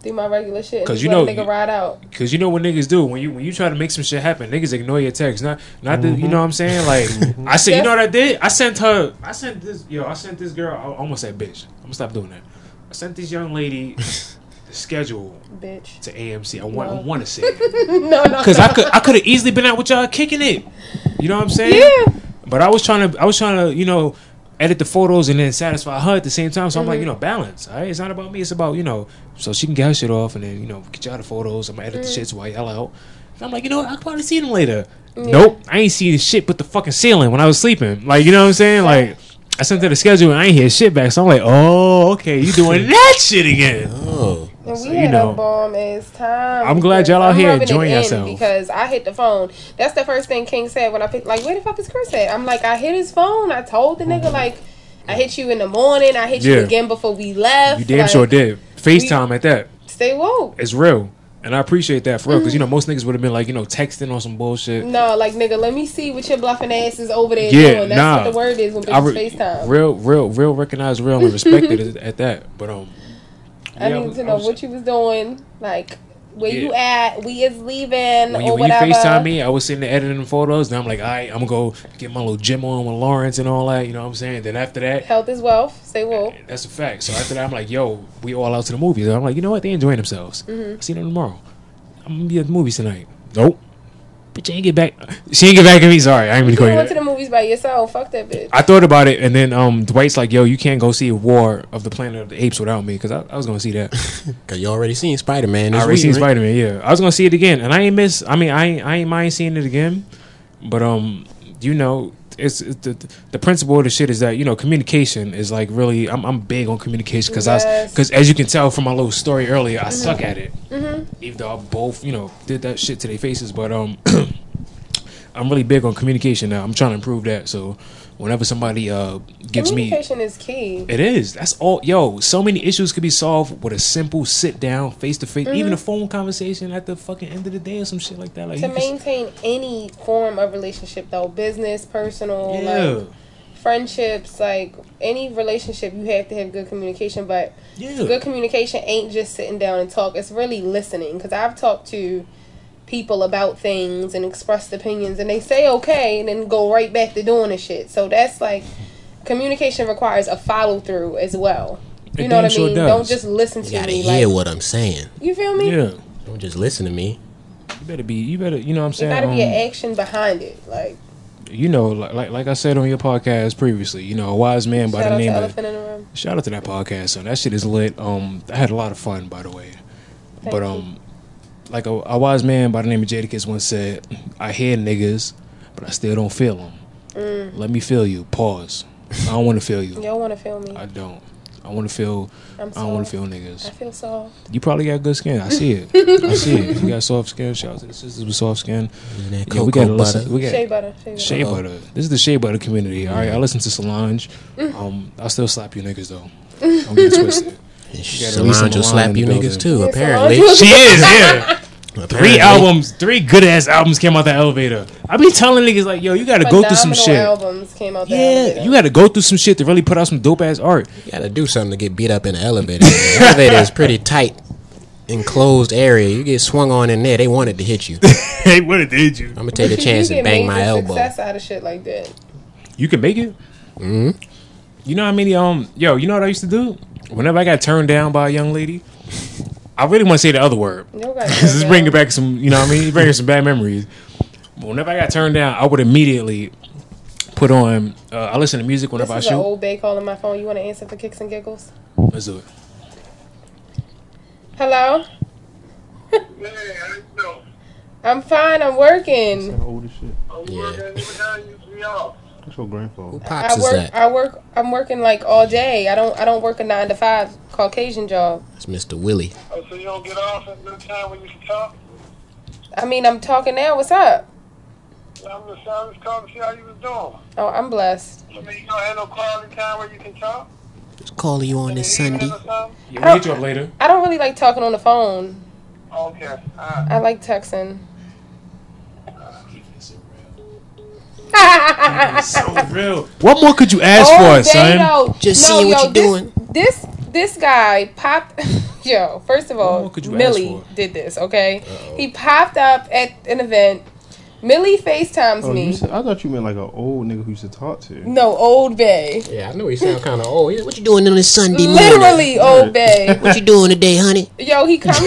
S2: Do my regular shit. and
S1: 'Cause
S2: just
S1: you
S2: let
S1: know-
S2: a nigga ride out.
S1: Cause you know what niggas do when you when you try to make some shit happen, niggas ignore your text. Not not that you know what I'm saying. Like I said, you know what I did? I sent her. I sent this yo. I sent this girl. I almost said bitch. I'm gonna stop doing that. I sent this young lady the schedule
S2: Bitch. (laughs)
S1: to AMC. I want I
S2: Wow.
S1: want to say it.
S2: no, no.
S1: Cause I could I could have easily been out with y'all kicking it. You know what I'm saying?
S2: Yeah.
S1: But I was trying to I was trying to you know edit the photos and then satisfy her at the same time. So I'm like you know balance. All right? It's not about me. It's about you know so she can get her shit off and then you know get y'all the photos. I'm gonna edit the shits while y'all out. And I'm like you know what? I'll probably see them later. Nope, I ain't see the shit but the fucking ceiling when I was sleeping. Like you know what I'm saying? Like. I sent her the schedule and I ain't hear shit back, so I'm like, "Oh, okay, you doing that shit again?"
S3: oh,
S2: And we
S1: So, you
S2: had
S1: know.
S2: a bomb ass time.
S1: I'm glad y'all out
S2: I'm
S1: here
S2: rubbing it
S1: enjoying
S2: in
S1: yourself.
S2: Because I hit the phone. That's the first thing King said when I picked. Like, where the fuck is Chris at? I'm like, I hit his phone. I told the nigga like, I hit you in the morning. I hit
S1: Mm-hmm. Yeah.
S2: you again before we left.
S1: You damn
S2: like,
S1: sure did. FaceTime at that.
S2: Stay woke.
S1: it's real. And I appreciate that for real.
S2: Mm.
S1: Because, you know, most niggas would have been like, you know, texting on some bullshit.
S2: No, like nigga, let me see what your bluffing ass is over there
S1: Yeah,
S2: doing. That's
S1: nah.
S2: what the word is when
S1: I
S2: bitches
S1: re-
S2: FaceTime.
S1: real, real, real, recognized, real, and respected
S2: (laughs)
S1: it at that. But, um,
S2: I
S1: yeah,
S2: needed
S1: was-
S2: to know
S1: was-
S2: what you was doing, like where you
S1: Yeah.
S2: at, we is leaving
S1: when you,
S2: or
S1: when you
S2: whatever.
S1: FaceTime me, I was sitting there editing photos. Now I'm like, all right, I'm going to go get my little gym on with Lawrence and all that. You know what I'm saying? Then after that,
S2: Health is wealth. Say woke.
S1: that's a fact. So after that, I'm like, yo, we all out to the movies. I'm like, you know what? They enjoying themselves.
S2: Mm-hmm.
S1: See them tomorrow. I'm going to be at the movies tonight. Nope. Bitch, I ain't get back. She ain't get back at me. Sorry. I ain't even
S2: You
S1: calling
S2: went
S1: you.
S2: to the movies by yourself. Fuck that bitch.
S1: I thought about it, and then um, Dwight's like, "Yo, you can't go see War of the Planet of the Apes without me," because I, I was gonna see that.
S3: cause you already seen Spider Man.
S1: I already seen Spider Man. Yeah, I was gonna see it again, and I ain't miss. I mean, I ain't, I ain't mind seeing it again, but um, you know, it's, it's the the principle of the shit is that you know communication is like really. I'm I'm big on communication because I
S2: Yes. Mm-hmm.
S1: because as you can tell from my little story earlier, I suck at it. Even though I both you know did that shit to their faces, but um. (clears throat) I'm really big on communication now. I'm trying to improve that. So, whenever somebody uh gives me
S2: Communication is key.
S1: it is. That's all. Yo, so many issues could be solved with a simple sit down, face to face, even a phone conversation at the fucking end of the day or some shit like that. Like,
S2: Mm-hmm. To
S1: you can-
S2: maintain any form of relationship though, business, personal,
S1: yeah,
S2: like friendships, like any relationship, you have to have good communication. But
S1: yeah.
S2: good communication ain't just sitting down and talk it's really listening because i've talked to people about things and expressed opinions and they say okay and then go right back to doing the shit so that's like communication requires a follow-through as well you
S1: It
S2: know what i
S1: damn sure
S2: mean
S1: does.
S2: don't just listen to
S3: You gotta
S2: me
S3: hear
S2: like
S3: what I'm saying.
S2: you feel me
S1: yeah.
S3: Don't just listen to me.
S1: You better be. You better. You know what I'm
S2: there
S1: saying.
S2: gotta be
S1: Um,
S2: an action behind it like
S1: you know, like, like like I said on your podcast previously. You know, a wise man by
S2: shout
S1: the
S2: out to
S1: name of.
S2: elephant in the room
S1: Shout out to that podcast, son. That shit is lit. Um, I had a lot of fun, by the way.
S2: Thank
S1: but
S2: you.
S1: um, like a, a wise man by the name of Jadakiss once said, "I hear niggas, but I still don't feel them.
S2: Mm.
S1: Let me feel you. Pause. I don't want to feel you.
S2: y'all want to feel me
S1: I don't. I want to feel.
S2: i'm
S1: I don't want
S2: soft
S1: to feel
S2: i
S1: niggas.
S2: feel soft
S1: You probably got good skin. I see (laughs) it. I see it. You got soft skin. Shout out to the sisters with soft skin.
S3: And that
S1: Yeah,
S3: cocoa
S1: we got to
S3: butter.
S1: listen. We got
S2: shea butter shea butter
S1: Shea
S3: Uh-oh.
S1: butter. This is the shea butter community. All right, I listen to Solange. Um, I still slap you niggas (laughs) though. Don't get it twisted.
S3: And
S1: gotta release
S3: Solange
S1: some
S3: will slap
S1: wine in
S3: you
S1: the
S3: niggas
S1: building.
S3: too.
S2: Yeah,
S3: Apparently,
S2: Solange-
S1: She is, yeah.
S3: Apparently.
S1: Three albums, three good ass albums came out the elevator. I be telling niggas like, yo, you gotta go through some
S2: Phenomenal
S1: shit.
S2: albums came out that
S1: Yeah,
S2: elevator.
S1: you gotta go through some shit to really put out some dope ass art.
S3: You gotta do something to get beat up in the
S1: (laughs)
S3: elevator. the elevator is pretty tight, enclosed area. You get swung on in there, they wanted to
S1: (laughs)
S3: hit you.
S1: hey, what it did you?
S3: I'm
S2: (laughs)
S3: gonna take a
S2: You-
S3: chance
S2: you
S3: and
S2: get
S3: bang my
S2: major
S3: elbow.
S2: Success out of shit like that.
S1: You can make it. Mm-hmm. You know how many um, yo, you know what I used to do? Whenever I got turned down by a young lady, I really want to say the other word. (laughs)
S2: No, guys,
S1: This is
S2: no.
S1: bringing back some, you know what I mean? Bringing some bad memories. Whenever I got turned down, I would immediately put on. Uh, I listen to music
S2: This
S1: whenever
S2: is
S1: I
S2: an
S1: shoot.
S2: old bay calling my phone. You want to answer for kicks and giggles?
S1: Let's do it.
S2: Hello,
S7: Man, how you doing?
S2: I'm fine. I'm working.
S5: How old as shit?
S7: I'm working. What the hell you be off?
S5: That's your grandfather.
S3: Who
S2: I
S3: pops is
S2: work.
S3: that?
S2: I work. I'm working like all day. I don't. I don't work a nine to five Caucasian job.
S3: It's Mr. Willie.
S7: Oh, so you don't get off at no time when you can talk?
S2: I mean, I'm talking now. What's up?
S7: I'm just, I'm just calling to see how you was doing.
S2: Oh, I'm blessed.
S7: I mean, you don't have no quality time where you can talk?
S3: Just calling you on this
S7: Evening
S3: Sunday.
S7: or something?
S1: Yeah, we'll hit you up
S2: (laughs)
S1: later.
S2: I don't really like talking on the phone.
S7: Okay, alright.
S2: I like texting.
S1: So real. What more could you ask
S2: Oh,
S1: for, son?
S2: Dado.
S3: Just seeing what you
S2: this,
S3: doing.
S2: This this guy popped. (laughs) yo, first of all,
S1: more could you ask
S2: Millie
S1: for?
S2: did this. Okay, he popped up at an event. Millie FaceTimes
S5: Oh,
S2: me.
S5: you said, I thought you meant like an old nigga who used to talk to.
S2: no, Old Bay.
S3: Yeah, I know he sound kind of old. What you doing on this Sunday morning?
S2: Literally, Old Bay.
S3: What you doing today, honey?
S2: Yo, he comes.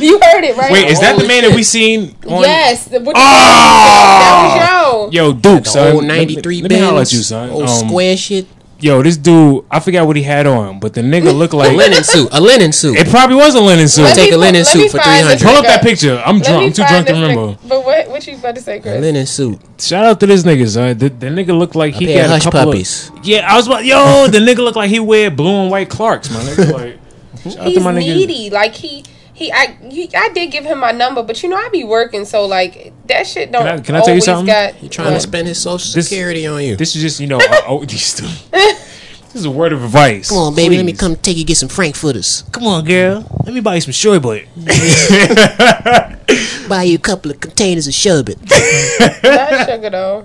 S1: (laughs)
S2: you heard it right.
S1: Wait, is that Ah! the
S3: Holy
S1: man that we seen on?
S2: Oh, Yes. The, what the that
S1: Oh!
S2: was yo.
S1: Yo, Duke,
S3: The
S1: son.
S3: old '93
S1: Let me, let me holler at
S3: Benz,
S1: you, son.
S3: Old
S1: Um,
S3: square shit.
S1: Yo, this dude, I forgot what he had on, but the nigga (laughs) looked
S3: A
S1: like
S3: linen suit. A linen suit.
S1: it probably was a linen suit.
S2: Let
S3: Take
S2: me
S3: a linen
S2: fi- let
S3: suit
S2: me
S3: for
S2: find this
S3: 300.
S1: Pull up
S2: nigga.
S1: that picture. I'm
S2: Let
S1: drunk.
S2: me
S1: I'm too
S2: find
S1: drunk to
S2: this
S1: remember.
S2: nigga. But what what you about to say,
S3: A
S2: Chris?
S3: linen suit.
S1: Shout out to this nigga, son. The, the nigga looked like he
S3: pair
S1: got
S3: of hush
S1: a couple
S3: puppies.
S1: Of, yeah, I was about
S3: (laughs)
S1: yo. The nigga looked like he wear blue and white Clarks, my nigga. Like, shout out to
S2: He's
S1: my nigga.
S2: needy. Like he. He, I, he, I did give him my number, but you know I be working, so like that shit don't.
S1: I- can I tell you
S2: always
S1: something?
S2: Got,
S3: He trying to spend his social
S1: This-
S3: security on you.
S1: This is just you know. I, oh, these two. This is a word of advice.
S3: Come on, baby. Let me
S1: Please.
S3: come take you get some frankfurters.
S1: Come on, girl. Let me buy you some shorty butt.
S3: Buy you a couple of containers of sherbet.
S2: not sugar though.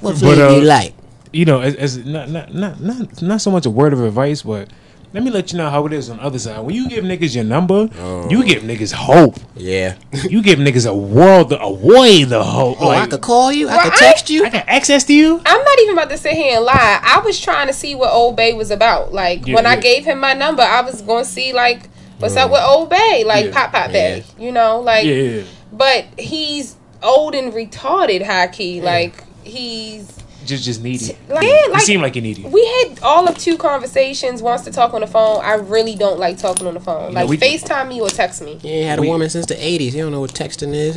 S3: What flavor
S1: uh,
S3: you like?
S1: you know, as, as not, not not not not so much a word of advice, but let me let you know how it is on the other side. When you give niggas your number, you give niggas hope.
S3: Yeah.
S1: You give niggas a world, a world of hope.
S3: Oh, I
S1: like,
S3: could call you. I
S2: Well,
S3: could
S2: I-
S3: text you.
S1: I got access to you.
S2: I'm not even about to sit here and lie. I was trying to see what Old Bay was about. Like
S1: Yeah,
S2: when I
S1: yeah.
S2: gave him my number, I was going to see like what's up with Old Bay, like
S1: Mm. Yeah,
S2: Pop Pop Bay, you know, like.
S1: Yeah, yeah, yeah.
S2: But he's old and retarded, high key. Like he's
S1: just just needy.
S2: like,
S1: You
S2: like
S1: seem like you needy.
S2: we had all of two conversations. Wants to talk on the phone. I really don't like talking on the phone. Like
S1: we-
S2: Facetime me or text me.
S3: You ain't had a woman since the 80s. You don't know what texting is.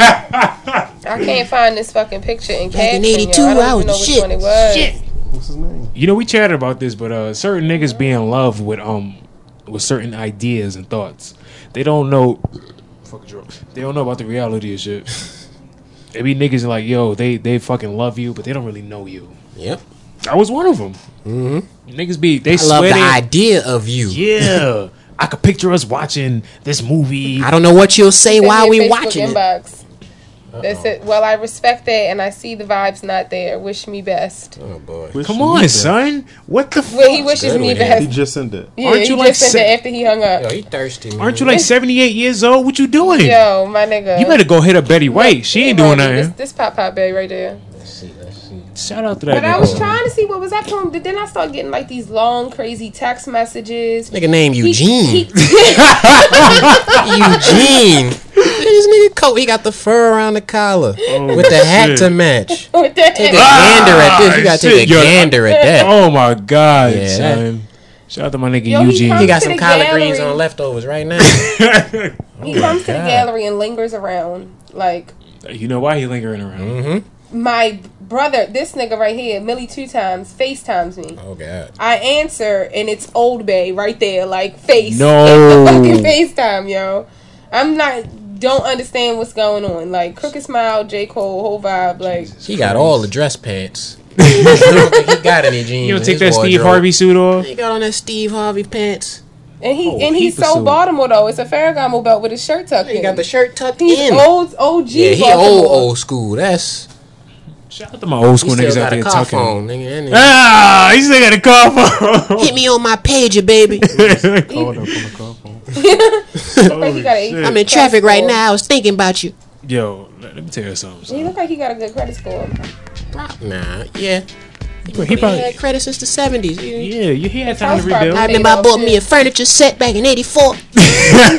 S2: I can't find this fucking picture in
S3: Back
S2: caption,
S3: in
S2: yo.
S3: 82,
S2: I don't
S3: I
S2: even
S3: was
S2: know which
S3: shit.
S2: one it was.
S3: Shit.
S5: What's his name?
S1: You know, we chatted about this, but uh, certain niggas be in love with um with certain ideas and thoughts. They don't know. Fuck drunk. They don't know about the reality of shit.
S3: (laughs)
S1: They be niggas like, yo, they they fucking love you, but they don't really know you.
S3: (laughs) Yep.
S1: I was one of them. Mm-hmm. Niggas be they
S3: I love
S1: swear they-
S3: the idea of you.
S1: Yeah, I could picture us watching this movie.
S3: I don't know what you'll say
S2: Send me
S3: while
S2: a
S3: we
S2: Facebook
S3: watching it.
S2: inbox. That's it. Well, I respect that, and I see the vibes not there. Wish me best.
S3: Oh,
S1: Come on, son. What the? F-
S2: Well, he wishes
S3: good
S2: me
S3: with
S5: He
S2: best.
S5: just sent that.
S2: Yeah,
S1: Aren't
S2: he
S1: you
S2: just
S1: like
S2: sent
S1: se-
S2: that after he hung up.
S3: he thirsty. Man.
S1: Aren't you like seventy eight years old? What you doing?
S2: Yo, my nigga.
S1: You better go hit up Betty White. She ain't doing
S2: This,
S1: nothing.
S2: this pop pop bay right there.
S1: Shout out to that.
S2: But I was
S1: nigga.
S2: trying to see what was up to him, but then I started getting like these long, crazy text messages.
S3: Nigga named
S2: He-
S3: Eugene.
S2: (laughs) he-
S3: Eugene. (laughs) this nigga coat. He got the fur around the collar with the hat
S1: Oh, shit. Ah, (laughs)
S3: to match.
S2: with
S3: Take a
S2: that-
S3: gander at this. You gotta
S1: shit,
S3: take a
S1: yo.
S3: gander at that.
S1: Oh my god,
S3: Yeah.
S1: son. Shout out to my nigga
S2: Yo, he
S1: Eugene.
S3: He got
S2: To
S3: some
S2: the
S3: collard greens
S2: gallery.
S3: on leftovers right
S1: (laughs)
S3: now.
S2: he comes
S3: Oh,
S2: to the gallery and lingers around. Like
S1: you know why he lingering around?
S3: Mm-hmm.
S2: my brother, this nigga right here, Millie two times FaceTimes me.
S3: oh God.
S2: I answer and it's Old Bay right there, like face. (laughs)
S1: No.
S2: fucking FaceTime, yo. I'm not. Don't understand what's going on. Like Crooked Smile, J Cole, whole vibe. Like
S3: He got all the dress
S1: (laughs)
S3: pants. I don't think he got any jeans.
S1: You
S3: in
S1: don't take
S3: his
S1: that Steve
S3: wardrobe.
S1: Harvey suit off.
S3: He got on that Steve Harvey pants.
S2: And he
S1: Oh,
S2: and he's
S1: heap of
S2: so
S1: soda.
S2: Baltimore though. It's a Ferragamo belt with his shirt tucked
S3: He
S2: in.
S3: got the shirt
S2: (laughs)
S3: tucked
S2: He's
S3: in.
S2: old OG
S3: yeah, he old
S2: Baltimore.
S3: old school. That's
S1: Shout out to my old
S3: he
S1: school
S3: still
S1: niggas out
S3: got a
S1: there
S3: car
S1: tucking.
S3: phone, nigga.
S1: Ah,
S3: That
S1: he still got a car Ah! (laughs)
S2: (laughs)
S3: nigga- Hit me on my pager, baby.
S1: phone.
S5: Called up on the call phone.
S2: Look like he got a,
S3: I'm (laughs) in traffic right now. I was thinking about you.
S1: Yo, let let me tell you something. son.
S2: He look like he got a good credit score.
S3: Nah, yeah.
S1: He
S3: He
S1: probably,
S3: had credit since the seventies.
S1: yeah, you- he had time to
S2: South Park.
S1: rebuild. (laughs)
S3: I remember I bought me a furniture set back in '84.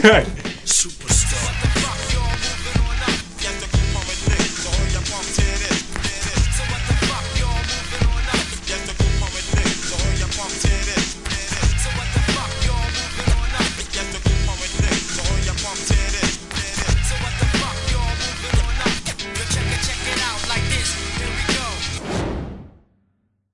S1: Right.
S8: Super